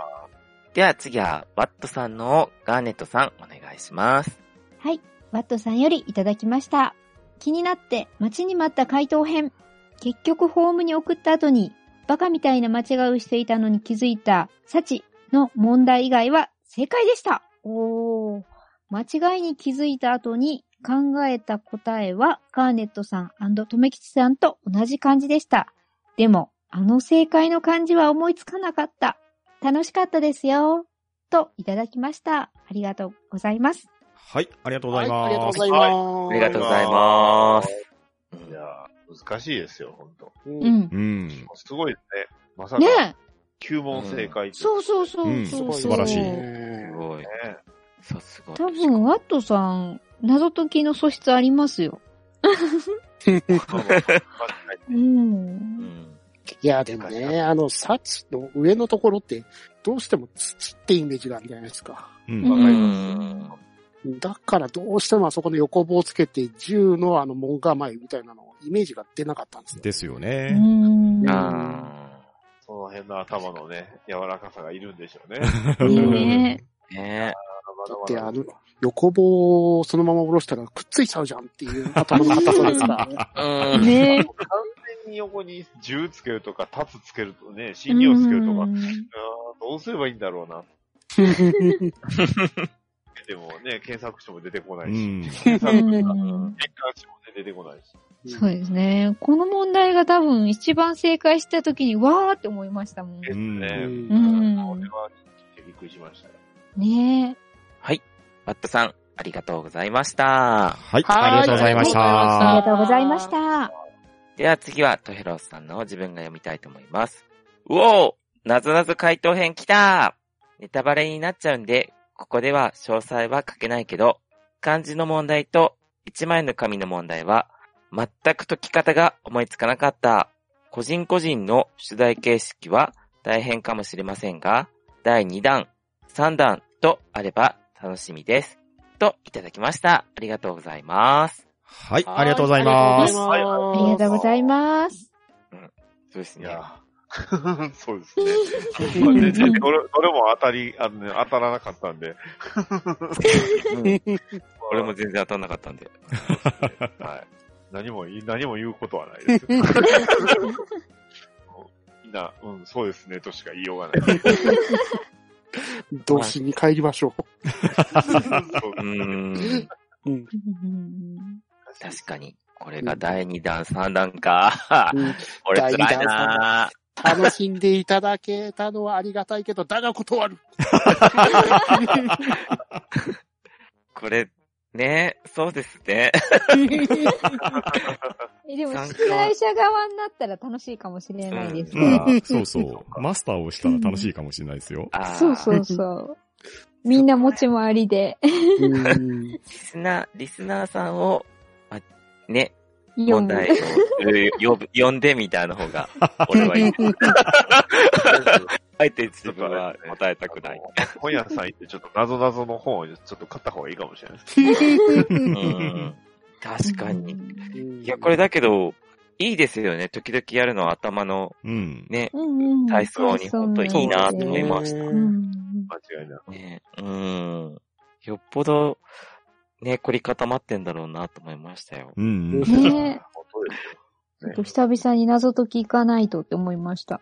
[SPEAKER 3] では次は、ワットさんのガーネットさん、お願いします。
[SPEAKER 1] はい。ワットさんよりいただきました。気になって待ちに待った回答編。結局ホームに送った後に、バカみたいな間違いをしていたのに気づいた、サチの問題以外は正解でした。おー。間違いに気づいた後に考えた答えは、ガーネットさんとめきちさんと同じ感じでした。でも、あの正解の漢字は思いつかなかった。楽しかったですよ。と、いただきました。ありがとうございます。
[SPEAKER 5] はい、ありがとうござ
[SPEAKER 4] は
[SPEAKER 5] い
[SPEAKER 4] い、
[SPEAKER 5] ます。
[SPEAKER 4] ありがとうござい
[SPEAKER 2] い。
[SPEAKER 4] ます。
[SPEAKER 3] ありがとうございますう
[SPEAKER 2] いや
[SPEAKER 3] ん
[SPEAKER 2] ー難しいですよ、本当。
[SPEAKER 4] う。
[SPEAKER 1] うんん。
[SPEAKER 5] うん。
[SPEAKER 2] すごいですね。まさか
[SPEAKER 1] ね、え。
[SPEAKER 2] 9問正解
[SPEAKER 1] そうそう
[SPEAKER 2] う。
[SPEAKER 1] そうそう、
[SPEAKER 5] うん
[SPEAKER 1] そう
[SPEAKER 5] 素晴らしい
[SPEAKER 3] す
[SPEAKER 4] ね
[SPEAKER 3] ごい。
[SPEAKER 2] ね
[SPEAKER 3] そう、すごい。
[SPEAKER 1] 多分、ワットさん、謎解きの素質ありますよ。
[SPEAKER 2] まあまあ確か
[SPEAKER 1] う。
[SPEAKER 3] うんん。
[SPEAKER 4] いや、でもね、あの、サチの上のところって、どうしても土ってイメージがあるじゃないですか。
[SPEAKER 5] う。
[SPEAKER 1] うん
[SPEAKER 2] わかり
[SPEAKER 3] うん
[SPEAKER 4] だからどうしてもあそこの横棒をつけて、銃のあの門構えみたいなのをイメージが出なかったんですよ。
[SPEAKER 5] ですよ
[SPEAKER 1] う
[SPEAKER 5] ね。
[SPEAKER 1] ん。
[SPEAKER 3] あ
[SPEAKER 2] にその辺の頭のね、柔らかさがいるんでしょうね。
[SPEAKER 1] いいね。
[SPEAKER 3] ーね
[SPEAKER 4] だってあの、横棒をそのまま下ろしたらくっついちゃうじゃんって いう頭の硬さですから。
[SPEAKER 3] え。うん。
[SPEAKER 1] ね
[SPEAKER 2] 完全に横に銃つけるとか、タツつけるとね、新をつけるとか、
[SPEAKER 1] うん
[SPEAKER 2] あーどうすればいいんだろうな。でもね、検索しても出てこな
[SPEAKER 5] う
[SPEAKER 2] いし、
[SPEAKER 5] ん。
[SPEAKER 2] 検索
[SPEAKER 1] う
[SPEAKER 2] 結
[SPEAKER 1] ん
[SPEAKER 2] 果値もね出てこないし。
[SPEAKER 1] そうですね。この問題が多分一番正解した時に、わーって思いましたもん
[SPEAKER 2] で。す
[SPEAKER 4] う
[SPEAKER 2] ね。
[SPEAKER 1] うんん
[SPEAKER 2] これは、びっくりしましたよ。
[SPEAKER 1] ね
[SPEAKER 3] はい。ワットさん、ありがとうございました。
[SPEAKER 5] はい、
[SPEAKER 4] はい
[SPEAKER 5] ありがとうございまし
[SPEAKER 1] え。あ
[SPEAKER 5] た
[SPEAKER 1] り。がとうございました。
[SPEAKER 3] では次は、トヘロスさんの自分が読みたいと思います。うおーなぞなぞ回答編来たネタバレになっちゃうんで、ここでは詳細は書けないけど、漢字の問題と一枚の紙の問題は、全く解き方が思いつかなかった。個人個人の取材形式は大変かもしれませんが、第2弾、3弾とあれば楽しみです。といただきました。ありがとうございます。
[SPEAKER 5] はい、ありがとうございます。
[SPEAKER 4] ありがとう
[SPEAKER 1] あ
[SPEAKER 4] ござい
[SPEAKER 1] りが
[SPEAKER 4] ま
[SPEAKER 1] とうござい ます。
[SPEAKER 3] そうです
[SPEAKER 2] い
[SPEAKER 3] ね。
[SPEAKER 2] やー そうですね。 まあ全然どれ、どれも当たり、あのね、当たらなかったんで。
[SPEAKER 3] 俺も全然当たんなかったんで。
[SPEAKER 2] はい。何も言い、何も言うことはないです。みんな、うん、そうですね、としか言いようがない。
[SPEAKER 4] す。童心に帰りましょ
[SPEAKER 2] そう
[SPEAKER 3] うーん。
[SPEAKER 4] う。う
[SPEAKER 1] う
[SPEAKER 4] ん。
[SPEAKER 1] ん
[SPEAKER 3] 確かに。これが第2弾、3弾か。
[SPEAKER 4] うん
[SPEAKER 3] 俺辛いな
[SPEAKER 4] 楽しんでいただけたのはありがたいけど、だが断る。
[SPEAKER 3] これ、ね、そうですね。
[SPEAKER 1] えでも、出題者側になったら楽しいかもしれないです
[SPEAKER 5] う
[SPEAKER 1] ね。
[SPEAKER 5] んそうそう。マスターをしたら楽しいかもしれないですよ。
[SPEAKER 3] あー
[SPEAKER 1] そうそうそう。みんな持ち回りで、
[SPEAKER 4] うん
[SPEAKER 3] リスナー、リスナーさんを、まね、
[SPEAKER 1] 読
[SPEAKER 3] 問
[SPEAKER 1] む。
[SPEAKER 3] 題を呼ぶ呼んでみたいな 方が、俺はいい。あえて自分は答えたくない。
[SPEAKER 2] あの本屋さん行って、ちょっと謎々の本をちょっと買った方がいいかもしれないです。
[SPEAKER 3] うん確かに。
[SPEAKER 4] い
[SPEAKER 3] いや、これだけど、いいですよね。時々やるのは頭の
[SPEAKER 5] うん。
[SPEAKER 3] ね、
[SPEAKER 1] うんうん。
[SPEAKER 3] 体操に本当いいなと思い
[SPEAKER 4] す
[SPEAKER 3] ました。
[SPEAKER 1] う。
[SPEAKER 4] うん
[SPEAKER 2] 間違いない。
[SPEAKER 3] ね、うん。よっぽど、ね、凝り固まってんだろうなと思いましたよ。
[SPEAKER 5] うん うん。
[SPEAKER 1] ね え
[SPEAKER 2] 本当ですよ。
[SPEAKER 1] ちょっと久々に謎解き行かないとって思いました。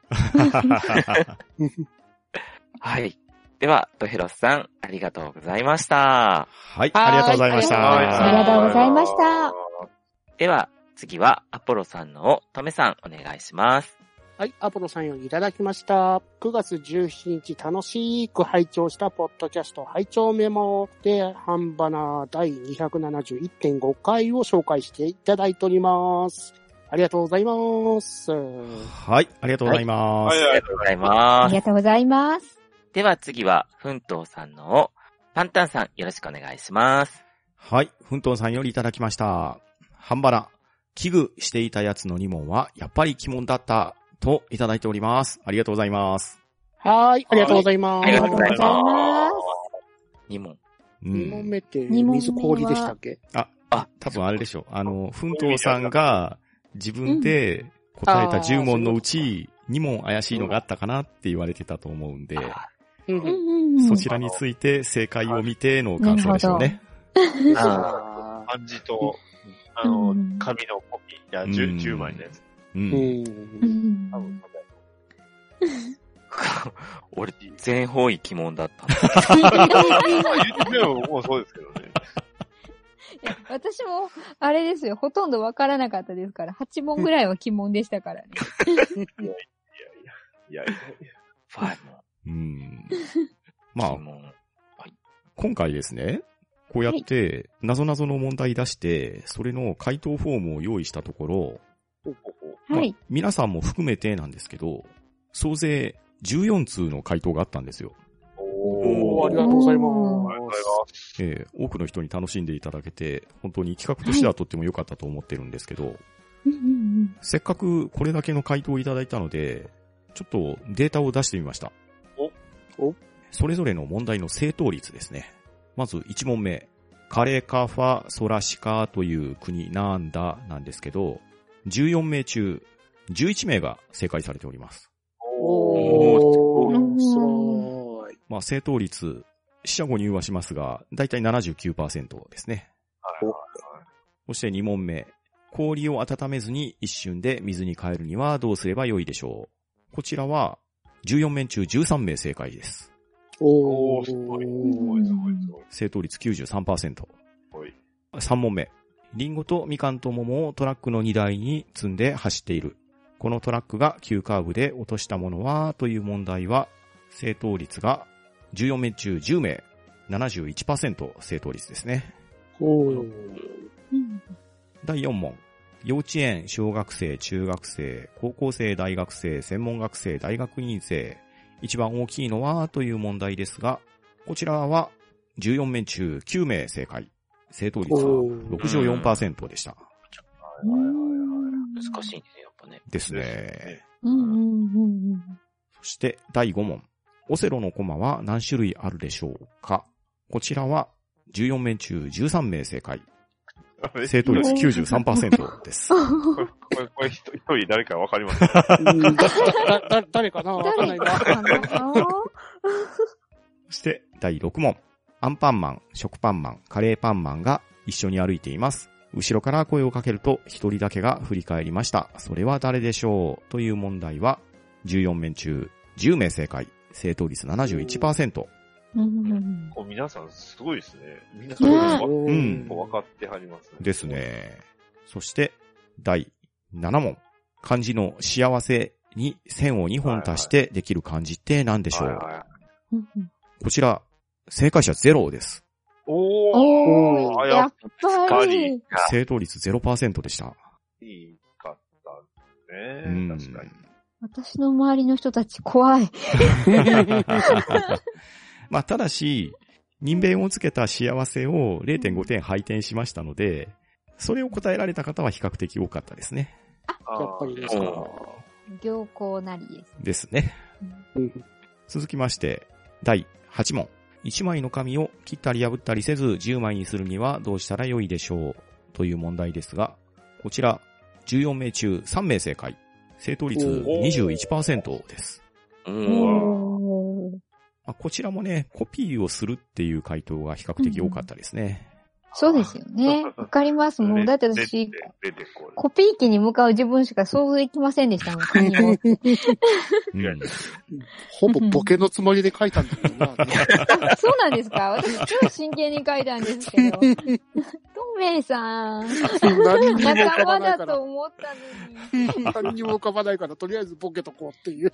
[SPEAKER 3] はい。では、ドヘロスさん、ありがとうございました。
[SPEAKER 5] はい、ありがとうございまし
[SPEAKER 1] はいありが
[SPEAKER 5] た。
[SPEAKER 1] とうございました。
[SPEAKER 3] では、次は、アポロさんのを、トメさん、お願いします。
[SPEAKER 4] はい、アポロさんよりいただきました。9月17日、楽しく拝聴したポッドキャスト、拝聴メモで、ハンバナ第271.5回を紹介していただいております。ありがとうございます。
[SPEAKER 5] はい、ありがとうございま
[SPEAKER 2] はい
[SPEAKER 5] す。
[SPEAKER 3] あ
[SPEAKER 2] ありが
[SPEAKER 3] りが
[SPEAKER 2] と
[SPEAKER 3] とう
[SPEAKER 2] う
[SPEAKER 3] ご
[SPEAKER 2] ご
[SPEAKER 3] ざ
[SPEAKER 2] ざ
[SPEAKER 3] い
[SPEAKER 2] い
[SPEAKER 1] あ
[SPEAKER 3] ま
[SPEAKER 1] り
[SPEAKER 3] す。
[SPEAKER 1] がとうございます。
[SPEAKER 3] では、次は、フントーさんのを、パンタンさん、よろしくお願いします。
[SPEAKER 5] はい、ふんとんさんよりいただきました。ハンバラ、危惧していたやつの2問は、やっぱり鬼門だった、といただいております。ありがとうございます。
[SPEAKER 4] はい、ありがとうございます。
[SPEAKER 3] ありがとうござい
[SPEAKER 1] ありがとうござい
[SPEAKER 3] ま。
[SPEAKER 1] ます
[SPEAKER 3] 2問。
[SPEAKER 5] う
[SPEAKER 4] 2問
[SPEAKER 5] ん。
[SPEAKER 4] 目って
[SPEAKER 1] 二問目は
[SPEAKER 4] 水氷でしたっけ
[SPEAKER 3] あ、
[SPEAKER 5] 多分あれでしょう。あの、ふんとうさんが自分で答えた10問のうち、2問怪しいのがあったかなって言われてたと思うんで、
[SPEAKER 3] あ
[SPEAKER 4] う
[SPEAKER 1] うん
[SPEAKER 4] ん。
[SPEAKER 1] うんうん。
[SPEAKER 5] そちらについて正解を見ての感想でしょうね。
[SPEAKER 4] あ
[SPEAKER 2] 漢字と、あの
[SPEAKER 1] うん、
[SPEAKER 2] 紙のコピー、いや、
[SPEAKER 5] うん
[SPEAKER 2] 10, 10枚のやつ。
[SPEAKER 5] う。
[SPEAKER 4] ーうん。
[SPEAKER 1] うんん
[SPEAKER 2] 多分、
[SPEAKER 3] 俺、全方位鬼門だった。
[SPEAKER 2] まあ、YouTube ももうそうですけどね。
[SPEAKER 1] いや私も、あれですよ、ほとんどわからなかったですから、8問ぐらいは鬼門でしたからね。
[SPEAKER 2] いやいやい
[SPEAKER 3] ファイブ問。
[SPEAKER 5] うん。まあ
[SPEAKER 3] 鬼、門。
[SPEAKER 5] 今回ですね、こうやって、謎々の問題出して、それの回答フォームを用意したところ、まあ
[SPEAKER 1] はい。
[SPEAKER 5] 皆さんも含めてなんですけど、総勢14通の回答があったんですよ。
[SPEAKER 2] や。お
[SPEAKER 4] おー、ありがとうございます。
[SPEAKER 5] えー多くの人に楽しんでいただけて、本当に企画としてはとっても良かったと思ってるんですけど、
[SPEAKER 1] うんうんうん
[SPEAKER 5] せっかくこれだけの回答をいただいたので、ちょっとデータを出してみました。
[SPEAKER 2] お
[SPEAKER 4] お
[SPEAKER 5] それぞれの問題の正答率ですね。まず1問目。カレカファソラシカという国なんだなんですけど、14名中11名が正解されております。
[SPEAKER 4] お
[SPEAKER 1] ー
[SPEAKER 4] ー、すごい。
[SPEAKER 5] まあ正答率、死者誤入はしますが、だいたい79%ですね。そして2問目。氷を温めずに一瞬で水に変えるにはどうすればよいでしょうこちらは14名中13名正解です。
[SPEAKER 2] おー、すごい。すごい、すごい、すごい。
[SPEAKER 5] 正答率93%。
[SPEAKER 2] すごい
[SPEAKER 5] 3問目。リンゴとみかんと桃をトラックの荷台に積んで走っている。このトラックが急カーブで落としたものはという問題は、正答率が14名中10名、71%正答率ですね。
[SPEAKER 4] おー。
[SPEAKER 1] うん
[SPEAKER 5] 第4問。幼稚園、小学生、中学生、高校生、大学生、専門学生、大学院生。一番大きいのはという問題ですが、こちらは14名中9名正解。正答率は
[SPEAKER 4] おー
[SPEAKER 5] 64%でした。
[SPEAKER 3] 難しいね、やっぱね。
[SPEAKER 5] です
[SPEAKER 2] です
[SPEAKER 5] ね
[SPEAKER 2] ね。
[SPEAKER 1] うんうんうんうん。
[SPEAKER 5] そして第5問。オセロのコマは何種類あるでしょうかこちらは14名中13名正解。正答率93%です。
[SPEAKER 2] これ、これ、これ、一人一人誰かわかりますか
[SPEAKER 4] うんだだだ誰かなわかん
[SPEAKER 1] 誰
[SPEAKER 4] ないな。
[SPEAKER 1] かな
[SPEAKER 5] そして、第6問。アンパンマン、食パンマン、カレーパンマンが一緒に歩いています。後ろから声をかけると、一人だけが振り返りました。それは誰でしょうという問題は、14名中10名正解。正答率71%。
[SPEAKER 1] うんうん
[SPEAKER 2] こう皆さん、すごいですね。皆さ
[SPEAKER 1] そ
[SPEAKER 2] ん、
[SPEAKER 1] う
[SPEAKER 2] わ
[SPEAKER 1] ね
[SPEAKER 5] ん
[SPEAKER 2] 分かってはりますね。
[SPEAKER 5] です。ね。そして、第7問。漢字の幸せに線を2本足してできる漢字って何でしょ
[SPEAKER 2] はいうはい。
[SPEAKER 1] うんうん
[SPEAKER 5] こちら、正解者ゼロです。
[SPEAKER 2] おー、
[SPEAKER 1] お
[SPEAKER 2] あ
[SPEAKER 1] ー、
[SPEAKER 2] や
[SPEAKER 1] や
[SPEAKER 2] っ
[SPEAKER 1] っぱり。
[SPEAKER 5] 正答率0%でした。
[SPEAKER 2] いいかった
[SPEAKER 5] う
[SPEAKER 2] ね。
[SPEAKER 5] ん
[SPEAKER 2] 確かに。
[SPEAKER 1] 私の周りの人たち怖い。
[SPEAKER 5] まあ、ただし、人弁をつけた幸せを0.5点配点しましたので、それを答えられた方は比較的多かったですね。
[SPEAKER 4] やっぱりです
[SPEAKER 3] か
[SPEAKER 1] 行幸なりです。
[SPEAKER 5] ですね。
[SPEAKER 4] うん
[SPEAKER 5] 続きまして、第8問。1枚の紙を切ったり破ったりせず10枚にするにはどうしたらよいでしょうという問題ですが、こちら、 14名中3名正解。正答率
[SPEAKER 2] お
[SPEAKER 5] 21%です。
[SPEAKER 3] う
[SPEAKER 1] おー
[SPEAKER 3] ん。
[SPEAKER 5] まあ、こちらもね、コピーをするっていう回答が比較的多かったですね。
[SPEAKER 1] そうですよね。わかりますもん。だって私、
[SPEAKER 2] 出てこ
[SPEAKER 1] コピー機に向かう自分しか想像できませんでしたもん。国を
[SPEAKER 5] うん
[SPEAKER 2] うん
[SPEAKER 4] ほぼボケのつもりで書いたんだ けどな。
[SPEAKER 1] あそうなんですか私、すごい真剣に書いたんですけど。トメイさん、
[SPEAKER 4] 何にも浮か
[SPEAKER 1] 仲
[SPEAKER 4] ば
[SPEAKER 1] 間
[SPEAKER 4] な
[SPEAKER 1] だ
[SPEAKER 4] いか
[SPEAKER 1] と
[SPEAKER 4] ら。
[SPEAKER 1] 思ったのに。
[SPEAKER 4] 何にも浮かばないから、とりあえずボケとこうっていう。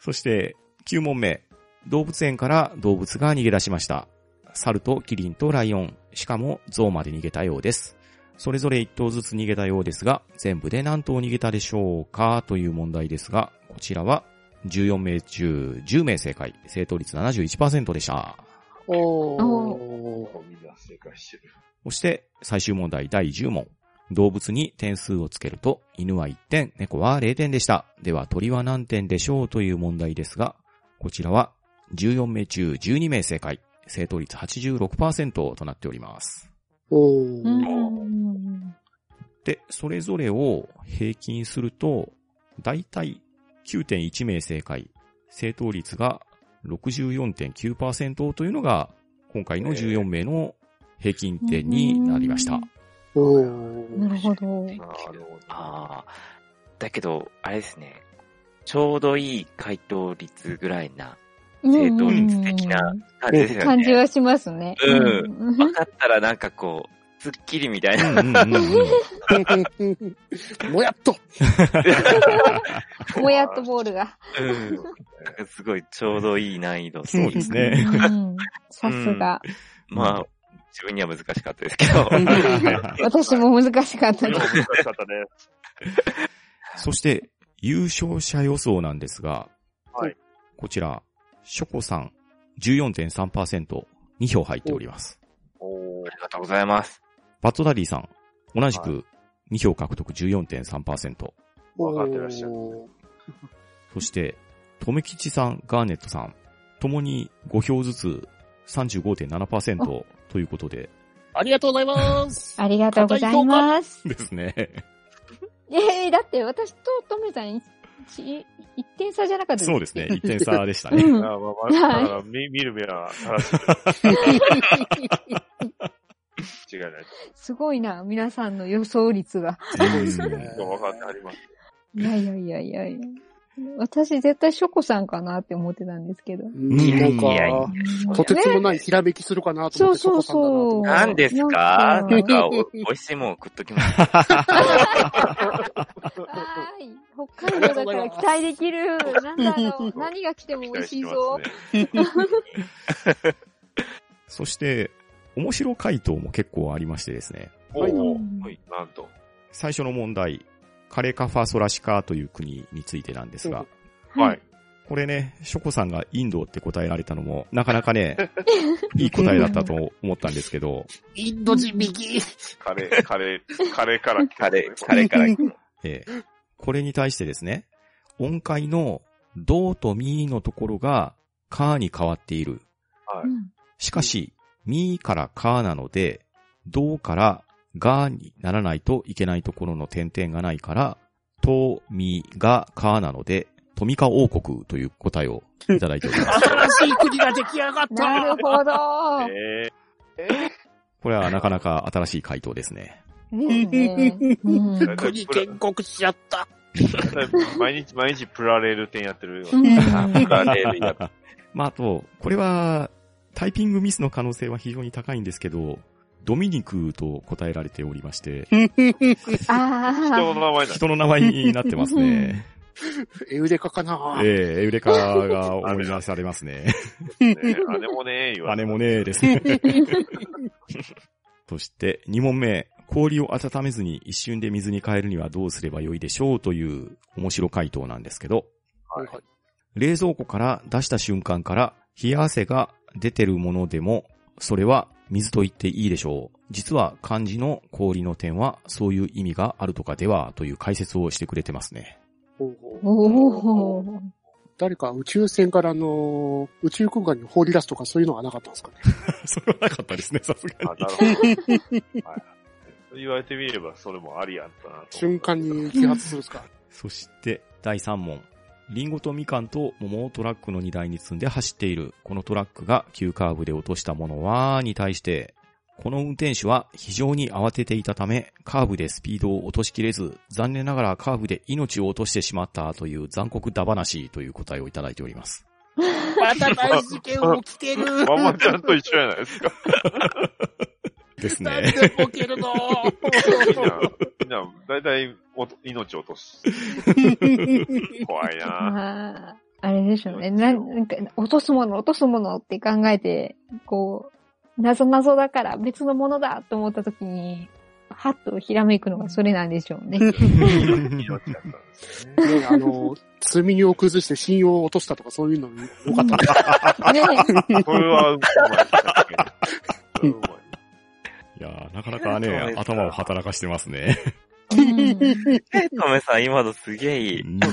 [SPEAKER 5] そして、9問目。動物園から動物が逃げ出しました。猿とキリンとライオン、しかもゾウまで逃げたようです。それぞれ1頭ずつ逃げたようですが、全部で何頭逃げたでしょうかという問題ですが、こちらは14名中10名正解、正答率71%でした。
[SPEAKER 4] お
[SPEAKER 1] お
[SPEAKER 4] ー。
[SPEAKER 2] れ。みんな正解してる。
[SPEAKER 5] そして、最終問題第10問。動物に点数をつけると、犬は1点、猫は0点でした。では、鳥は何点でしょうという問題ですが、こちらは14名中12名正解。正答率86%となっております。
[SPEAKER 4] お
[SPEAKER 1] う
[SPEAKER 4] ー。
[SPEAKER 1] ん。
[SPEAKER 5] で、それぞれを平均すると、だいたい9.1名正解。正答率が64.9%というのが、今回の14名の平均点になりました。
[SPEAKER 4] お
[SPEAKER 1] な
[SPEAKER 4] ー。
[SPEAKER 1] るほど。
[SPEAKER 2] なるほど。
[SPEAKER 3] ああ。だけど、あれですね。ちょうどいい回答率ぐらいな正当率的な感じですよ
[SPEAKER 1] 感じ
[SPEAKER 3] ね。
[SPEAKER 1] はしますね。
[SPEAKER 3] うん
[SPEAKER 1] うん
[SPEAKER 3] 分かったらなんかこう、すっきりみたいな。
[SPEAKER 5] うんうんうんうん
[SPEAKER 4] もやっと
[SPEAKER 1] もやっとボールが。
[SPEAKER 3] うん。なん かすごいちょうどいい難易度。
[SPEAKER 5] そうです
[SPEAKER 1] う
[SPEAKER 5] ね。
[SPEAKER 1] んさすが。
[SPEAKER 3] まあ、自分には難しかったです けど。
[SPEAKER 1] 私も難しかった
[SPEAKER 2] で
[SPEAKER 1] で
[SPEAKER 2] も
[SPEAKER 1] す。
[SPEAKER 2] 難しかったね。
[SPEAKER 5] そして、優勝者予想なんですが、
[SPEAKER 2] はい
[SPEAKER 5] こちら、ショコさん、14.3%、2票入っております。
[SPEAKER 2] おー
[SPEAKER 3] ありがとうございます。
[SPEAKER 5] バットダディさん、同じ
[SPEAKER 2] は
[SPEAKER 5] く2票獲得14.3%。
[SPEAKER 2] わかってらっしゃる
[SPEAKER 4] おー
[SPEAKER 5] そして、とめきちさん、ガーネットさん、ともに5票ずつ35.7%ということで
[SPEAKER 4] ありがとうございます。
[SPEAKER 1] ありがとうございます。
[SPEAKER 5] ですね。
[SPEAKER 1] えー、だって私とトメさん、一一点差じゃなかった
[SPEAKER 5] そうですね。1点 差でした
[SPEAKER 1] う
[SPEAKER 5] ね。
[SPEAKER 2] あ
[SPEAKER 1] ん
[SPEAKER 2] ーまあまあ、だから、見見る目は正しい違いない。
[SPEAKER 1] すごいな、皆さんの予想率が。
[SPEAKER 5] うん
[SPEAKER 2] 分かってあります。
[SPEAKER 1] いやいやいやいやいや。私絶対ショコさんかなって思ってたんですけど。
[SPEAKER 4] うんなん
[SPEAKER 5] いやい
[SPEAKER 4] か、とてつもないひらめきするかなと
[SPEAKER 1] そ
[SPEAKER 4] 思っ
[SPEAKER 1] う
[SPEAKER 4] て、
[SPEAKER 1] そうそう。
[SPEAKER 4] ショコさん
[SPEAKER 3] 何
[SPEAKER 4] だなと思って
[SPEAKER 3] ですか
[SPEAKER 1] ん
[SPEAKER 3] なんか、お美味しいもん食っときます。
[SPEAKER 1] はい。北海道だから期待できる。なんだろう。何が来ても
[SPEAKER 2] 期
[SPEAKER 1] 美
[SPEAKER 2] 待
[SPEAKER 1] 味し
[SPEAKER 2] し
[SPEAKER 1] い
[SPEAKER 2] てま
[SPEAKER 1] ぞ。
[SPEAKER 2] すね。
[SPEAKER 5] そして、面白回答も結構ありましてですね。
[SPEAKER 2] お
[SPEAKER 4] はい
[SPEAKER 2] お
[SPEAKER 1] うん
[SPEAKER 2] はいなんと。
[SPEAKER 5] 最初の問題、カレカファソラシカという国についてなんですが、
[SPEAKER 2] はい。
[SPEAKER 5] これね、ショコさんがインドって答えられたのも、なかなかね、 いい答えだったと思ったんですけど、
[SPEAKER 4] インド人右。
[SPEAKER 2] カレー、カレー、 カレーから来た
[SPEAKER 3] カ
[SPEAKER 2] ね
[SPEAKER 3] レー、カレーから。
[SPEAKER 5] えーこれに対してですね、音階のドーとミーのところがカーに変わっている。
[SPEAKER 2] はい
[SPEAKER 1] うん
[SPEAKER 5] しかし、ミーからカーなので、ドーからガーにならないといけないところの点々がないから、トミがカーなので、トミカ王国という答えをいただいており ます。
[SPEAKER 4] 新しい国が出来上がっ
[SPEAKER 1] な
[SPEAKER 4] た
[SPEAKER 1] るほど。
[SPEAKER 2] え
[SPEAKER 5] これはなかなか新しい回答ですね。
[SPEAKER 1] ですね。うん
[SPEAKER 2] ー
[SPEAKER 4] 国建国しちゃった。
[SPEAKER 2] 毎日、毎日プラレール店やってるよ。
[SPEAKER 3] うんカレー や
[SPEAKER 5] まあ、あと、これは、タイピングミスの可能性は非常に高いんですけど、ドミニクと答えられておりまして、
[SPEAKER 2] 人の
[SPEAKER 1] ああ。
[SPEAKER 2] 名前だ。
[SPEAKER 5] 人の名前になってますね。
[SPEAKER 4] エウレカかな
[SPEAKER 5] ええエウレカが思い出されますね。
[SPEAKER 2] ねあれもねえよ。
[SPEAKER 5] 姉もねえですね。 そして、2問目。氷を温めずに一瞬で水に変えるにはどうすればよいでしょうという面白回答なんですけど、
[SPEAKER 2] はい
[SPEAKER 5] 冷蔵庫から出した瞬間から冷や汗が出てるものでも、それは水と言っていいでしょう。実は漢字の氷の点はそういう意味があるとかではという解説をしてくれてますね。
[SPEAKER 4] ほうほう
[SPEAKER 1] おお。
[SPEAKER 4] 誰か宇宙船からあの宇宙空間に放り出す とかそういうのはなかったんですかね。
[SPEAKER 5] それはなかったですね、さすが
[SPEAKER 2] あなるほど。はい言われてみればそれもありやったなと思います
[SPEAKER 4] 瞬間に揮発するんですか。
[SPEAKER 5] そして、第3問。リンゴとみかんと桃をトラックの荷台に積んで走っている。このトラックが急カーブで落としたものは、に対して、この運転手は非常に慌てていたため、カーブでスピードを落としきれず、残念ながらカーブで命を落としてしまったという残酷だ話という答えをいただいております。
[SPEAKER 4] また大事件起きてる。
[SPEAKER 2] ママちゃんと一緒じゃないですか。
[SPEAKER 5] です
[SPEAKER 4] なん
[SPEAKER 5] ね。
[SPEAKER 4] で起きるの
[SPEAKER 2] みんな、みんな、だいたいおと命を落とす。怖いな
[SPEAKER 1] ああれでしょうね。ななんか、落とすもの、落とすものって考えて、こう、なぞなぞだから別のものだと思った時に、はっとひらめくのがそれなんでしょうね。
[SPEAKER 2] 命だったんですね。
[SPEAKER 4] ねあの、積み荷を崩して信用を落としたとかそういうのよかっ
[SPEAKER 1] ね
[SPEAKER 2] こ
[SPEAKER 4] た。
[SPEAKER 2] れはうまい。それはうまい
[SPEAKER 5] いやーなかなかね、頭を働かしてますね。
[SPEAKER 1] うん
[SPEAKER 3] え、トメさん、今のすげえいい。
[SPEAKER 5] ね
[SPEAKER 2] 今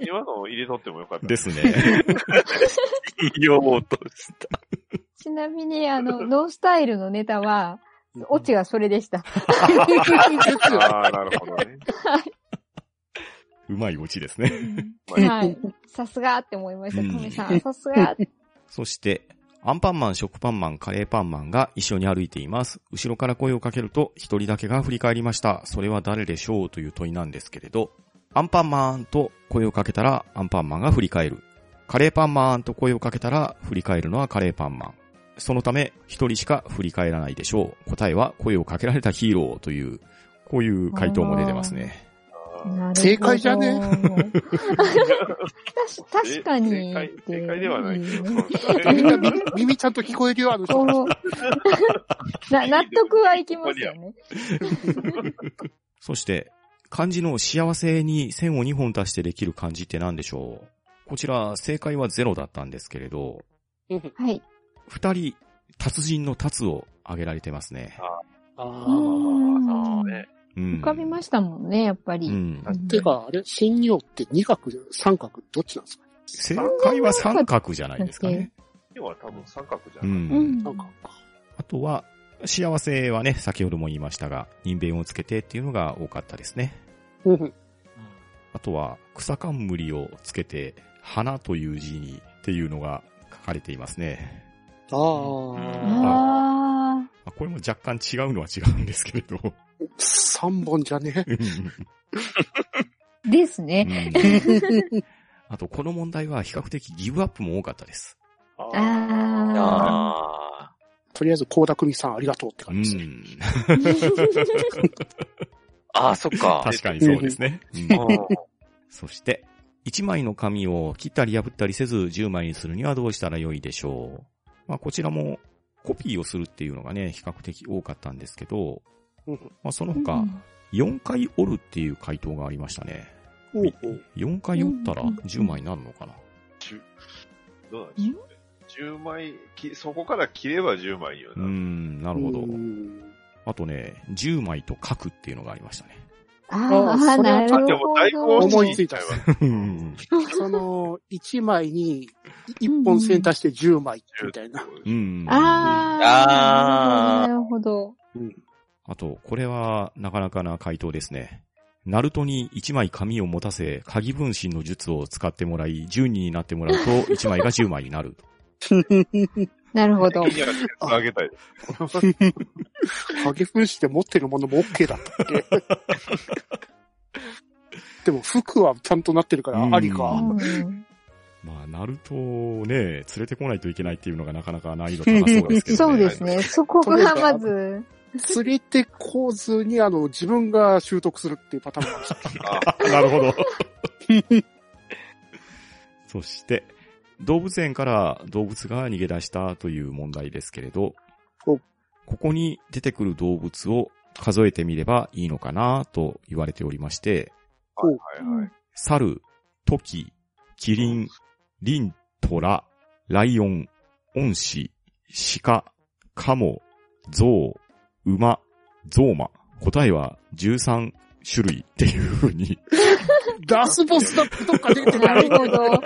[SPEAKER 2] 今のを入れとってもよかった。
[SPEAKER 5] です ね。
[SPEAKER 3] いいよ、落とした。
[SPEAKER 1] ちなみに、あの、ノンスタイルのネタは、オチがそれでした。
[SPEAKER 2] ああ、なるほどね。
[SPEAKER 5] うまいオチですね。
[SPEAKER 2] うん
[SPEAKER 1] はい。さすがって思いました。
[SPEAKER 5] うん
[SPEAKER 1] トメさん、さすが。
[SPEAKER 5] そして、アンパンマン、食パンマン、カレーパンマンが一緒に歩いています。後ろから声をかけると、一人だけが振り返りました。それは誰でしょうという問いなんですけれど、アンパンマンと声をかけたら、アンパンマンが振り返る。カレーパンマンと声をかけたら、振り返るのはカレーパンマン。そのため、一人しか振り返らないでしょう。答えは、声をかけられたヒーローという、こういう回答も出てますね。
[SPEAKER 4] 正解じゃね
[SPEAKER 1] なるほど確確かに。
[SPEAKER 2] 正解正解ではないけど。
[SPEAKER 1] ね
[SPEAKER 4] みんな耳耳ちゃんと聞こえるよ、あの人。
[SPEAKER 1] こう な納得はいきますよね。
[SPEAKER 5] そして、漢字の幸せに線を2本足してできる漢字って何でしょうこちら、正解はゼロだったんですけれど、
[SPEAKER 1] はい。
[SPEAKER 5] 二人、達人の達を挙げられてますね。
[SPEAKER 2] あー
[SPEAKER 4] あ
[SPEAKER 2] まあ
[SPEAKER 4] ー
[SPEAKER 2] まあまあね。
[SPEAKER 5] うん。
[SPEAKER 1] 浮かびましたもんね、やっぱり。
[SPEAKER 5] うん
[SPEAKER 1] う。ん
[SPEAKER 4] て、か、あれ、信用って二角、三角、どっちなんですか
[SPEAKER 5] 正解は三角じゃないですかね。
[SPEAKER 2] 今は多分三角じゃ
[SPEAKER 5] う。
[SPEAKER 2] な
[SPEAKER 1] う
[SPEAKER 2] い。
[SPEAKER 1] んん
[SPEAKER 4] なんか、
[SPEAKER 5] あとは、幸せはね、先ほども言いましたが、人弁をつけてっていうのが多かったですね。
[SPEAKER 4] うん
[SPEAKER 5] あとは、草冠をつけて、花という字にっていうのが書かれていますね。
[SPEAKER 4] あー
[SPEAKER 1] ああ。
[SPEAKER 5] まあこれも若干違うのは違うんですけれど。
[SPEAKER 4] 三本じゃね
[SPEAKER 1] ですね。
[SPEAKER 5] うんあと、この問題は比較的ギブアップも多かったです。
[SPEAKER 2] あー
[SPEAKER 1] ああ。
[SPEAKER 3] あ
[SPEAKER 4] とりあえず、高田組さんありがとうって
[SPEAKER 5] う
[SPEAKER 4] 感じですね。
[SPEAKER 5] ん。
[SPEAKER 3] あ。ああ、そっか。
[SPEAKER 5] 確かにそうですね。うん
[SPEAKER 3] うん
[SPEAKER 5] そして、1枚の紙を切ったり破ったりせず10枚にするにはどうしたらよいでしょう。まあ、こちらもコピーをするっていうのがね、比較的多かったんですけど
[SPEAKER 4] うん、
[SPEAKER 5] まあ、その他、4回折るっていう回答がありましたね。
[SPEAKER 4] おうおう
[SPEAKER 5] 4回折ったら10枚になるのかな
[SPEAKER 2] 十どうなんでしょうね。10枚き、そこから切れば10枚には
[SPEAKER 5] う
[SPEAKER 2] なる。
[SPEAKER 5] ん、なるほど
[SPEAKER 4] う。ん
[SPEAKER 5] あとね、10枚と書くっていうのがありましたね。
[SPEAKER 1] ああ、
[SPEAKER 4] それ
[SPEAKER 1] な
[SPEAKER 4] は
[SPEAKER 1] る
[SPEAKER 4] ちょ
[SPEAKER 1] ほ
[SPEAKER 4] っ
[SPEAKER 2] で
[SPEAKER 1] ど。
[SPEAKER 2] も、大根を
[SPEAKER 4] 思いついた
[SPEAKER 2] よ。
[SPEAKER 5] うん
[SPEAKER 4] その、一枚に、一本線足して十枚みた いな。
[SPEAKER 5] うん。
[SPEAKER 1] ああ。なるほど。
[SPEAKER 5] あと、これはなかなかな回答ですね。ナルトに1枚紙を持たせ、鍵分身の術を使ってもらい、10人になってもらうと1枚が10枚 になる。
[SPEAKER 1] なるほど。
[SPEAKER 2] いや、あげたいです。
[SPEAKER 4] 影分子で持ってるものも OK だったっけでも服はちゃんとなってるからありか。
[SPEAKER 1] うん
[SPEAKER 5] まあ、ナルトをね、連れてこないといけないっていうのがなかなか難易度高そうですけどね。
[SPEAKER 1] そうですね。そこがまず、
[SPEAKER 4] 連れてこずにあの自分が習得するっていうパターンもあるし
[SPEAKER 2] あ
[SPEAKER 5] なるほど。そして、動物園から動物が逃げ出したという問題ですけれど、
[SPEAKER 4] お
[SPEAKER 5] ここに出てくる動物を数えてみればいいのかなと言われておりまして、
[SPEAKER 2] はいはいはい。
[SPEAKER 5] 猿、トキ、キリン、リン、トラ、ライオン、恩師、鹿、カモ、ゾウ、馬、ゾウマ。答えは13種類っていうふうに。
[SPEAKER 4] ラスボスだってどっか出て
[SPEAKER 1] な
[SPEAKER 4] ない
[SPEAKER 1] るほど。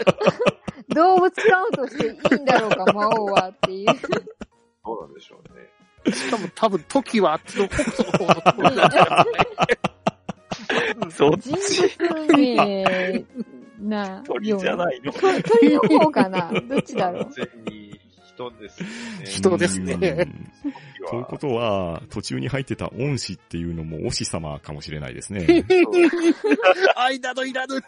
[SPEAKER 1] 動物カウントしていいんだろうか、魔王はっていう。
[SPEAKER 2] どうなんでしょうね。
[SPEAKER 4] しかも多分、時はあっち の北斗の方のところだったよね。
[SPEAKER 3] そっ
[SPEAKER 1] 人
[SPEAKER 3] ち、。
[SPEAKER 1] 物名な
[SPEAKER 3] 鳥じゃ
[SPEAKER 1] い。
[SPEAKER 3] ないの。
[SPEAKER 1] 鳥の方かなどっちだろう
[SPEAKER 2] 完全に人ですよね。
[SPEAKER 4] 人ですね
[SPEAKER 5] うん
[SPEAKER 2] は
[SPEAKER 5] ということは、途中に入ってた恩師っていうのも恩師様かもしれないですね。
[SPEAKER 4] 間のいらぬ。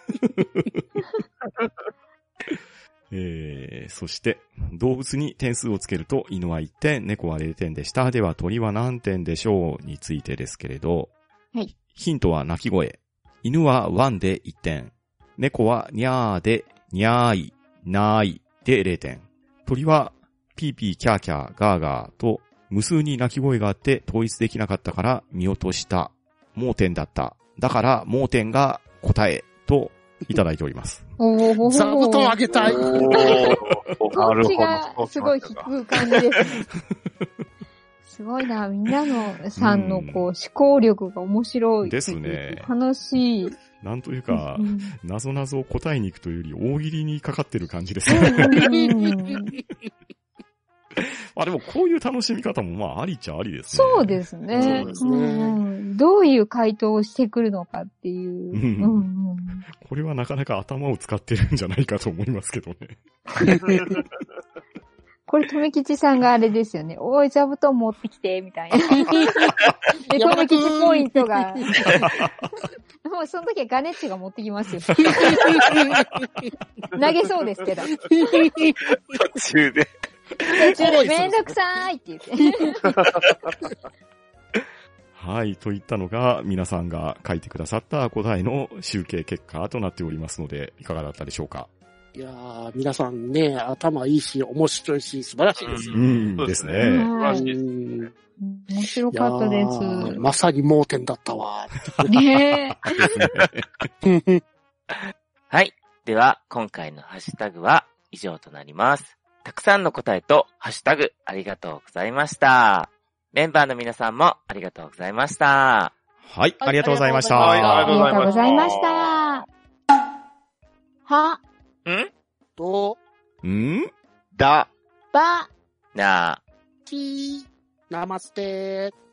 [SPEAKER 5] えー、そして、動物に点数をつけると、犬は1点、猫は0点でした。では、鳥は何点でしょうについてですけれど。
[SPEAKER 1] はい。
[SPEAKER 5] ヒントは鳴き声。犬は1で1点。猫はにゃーで、にゃーい、なーいで0点。鳥は、ピーピーキャーキャーガーガーと、無数に鳴き声があって統一できなかったから見落とした。盲点だった。だから盲点が答えといただいております。
[SPEAKER 1] おー
[SPEAKER 4] 座布団あげた い。
[SPEAKER 2] おー
[SPEAKER 1] ど
[SPEAKER 2] な
[SPEAKER 1] っ
[SPEAKER 2] る
[SPEAKER 1] ち
[SPEAKER 2] ほ
[SPEAKER 1] が
[SPEAKER 2] ど。
[SPEAKER 1] すごい引く感じですね。すごいな、みんなのさんのこう思考力が面白い。
[SPEAKER 5] ですね
[SPEAKER 1] 楽しい。
[SPEAKER 5] なんという
[SPEAKER 1] う
[SPEAKER 5] か、
[SPEAKER 1] ん
[SPEAKER 5] なぞなぞを答えに行くというより大喜利にかかってる感じです
[SPEAKER 1] う
[SPEAKER 5] ね。
[SPEAKER 1] ん
[SPEAKER 5] あ、でもこういう楽しみ方もまあありっちゃありですね。
[SPEAKER 1] そうですね。
[SPEAKER 4] そうですね
[SPEAKER 1] んどういう回答をしてくるのかっていうう。
[SPEAKER 5] ん
[SPEAKER 1] うんうん
[SPEAKER 5] これはなかなか頭を使ってるんじゃないかと思いますけどね。
[SPEAKER 1] これ、とめきちさんがあれですよね。おい、座布団持ってきて、み たいな。で、とめきちポイントが。もうその時はガネッチが持ってき ますよ。投げそうですけど。途
[SPEAKER 3] 途中で。
[SPEAKER 1] 中でめんどくさーいって言って。
[SPEAKER 5] はい、といったのが皆さんが書いてくださった答えの集計結果となっておりますので、いかがだったでしょうか
[SPEAKER 4] いやー、皆さんね、頭いいし、面白いし、素晴らしいですよ。
[SPEAKER 5] うん
[SPEAKER 2] そう
[SPEAKER 5] ですね
[SPEAKER 2] 素晴らしいです。
[SPEAKER 4] うん
[SPEAKER 1] 面白かったで
[SPEAKER 4] いやー
[SPEAKER 1] す。
[SPEAKER 4] まさに盲点だった わ。
[SPEAKER 1] ねえ。
[SPEAKER 3] はい。では、今回のハッシュタグは以上となります。たくさんの答えと、ハッシュタグ、ありがとうございました。メンバーの皆さんもありがとうございました。
[SPEAKER 5] はい、ありがとうございました。
[SPEAKER 2] はいあ
[SPEAKER 1] ありがとうございました。は、
[SPEAKER 3] ん
[SPEAKER 4] と、
[SPEAKER 5] うん
[SPEAKER 2] だ。
[SPEAKER 1] ば、
[SPEAKER 3] なあ、
[SPEAKER 4] きー、ナマステー。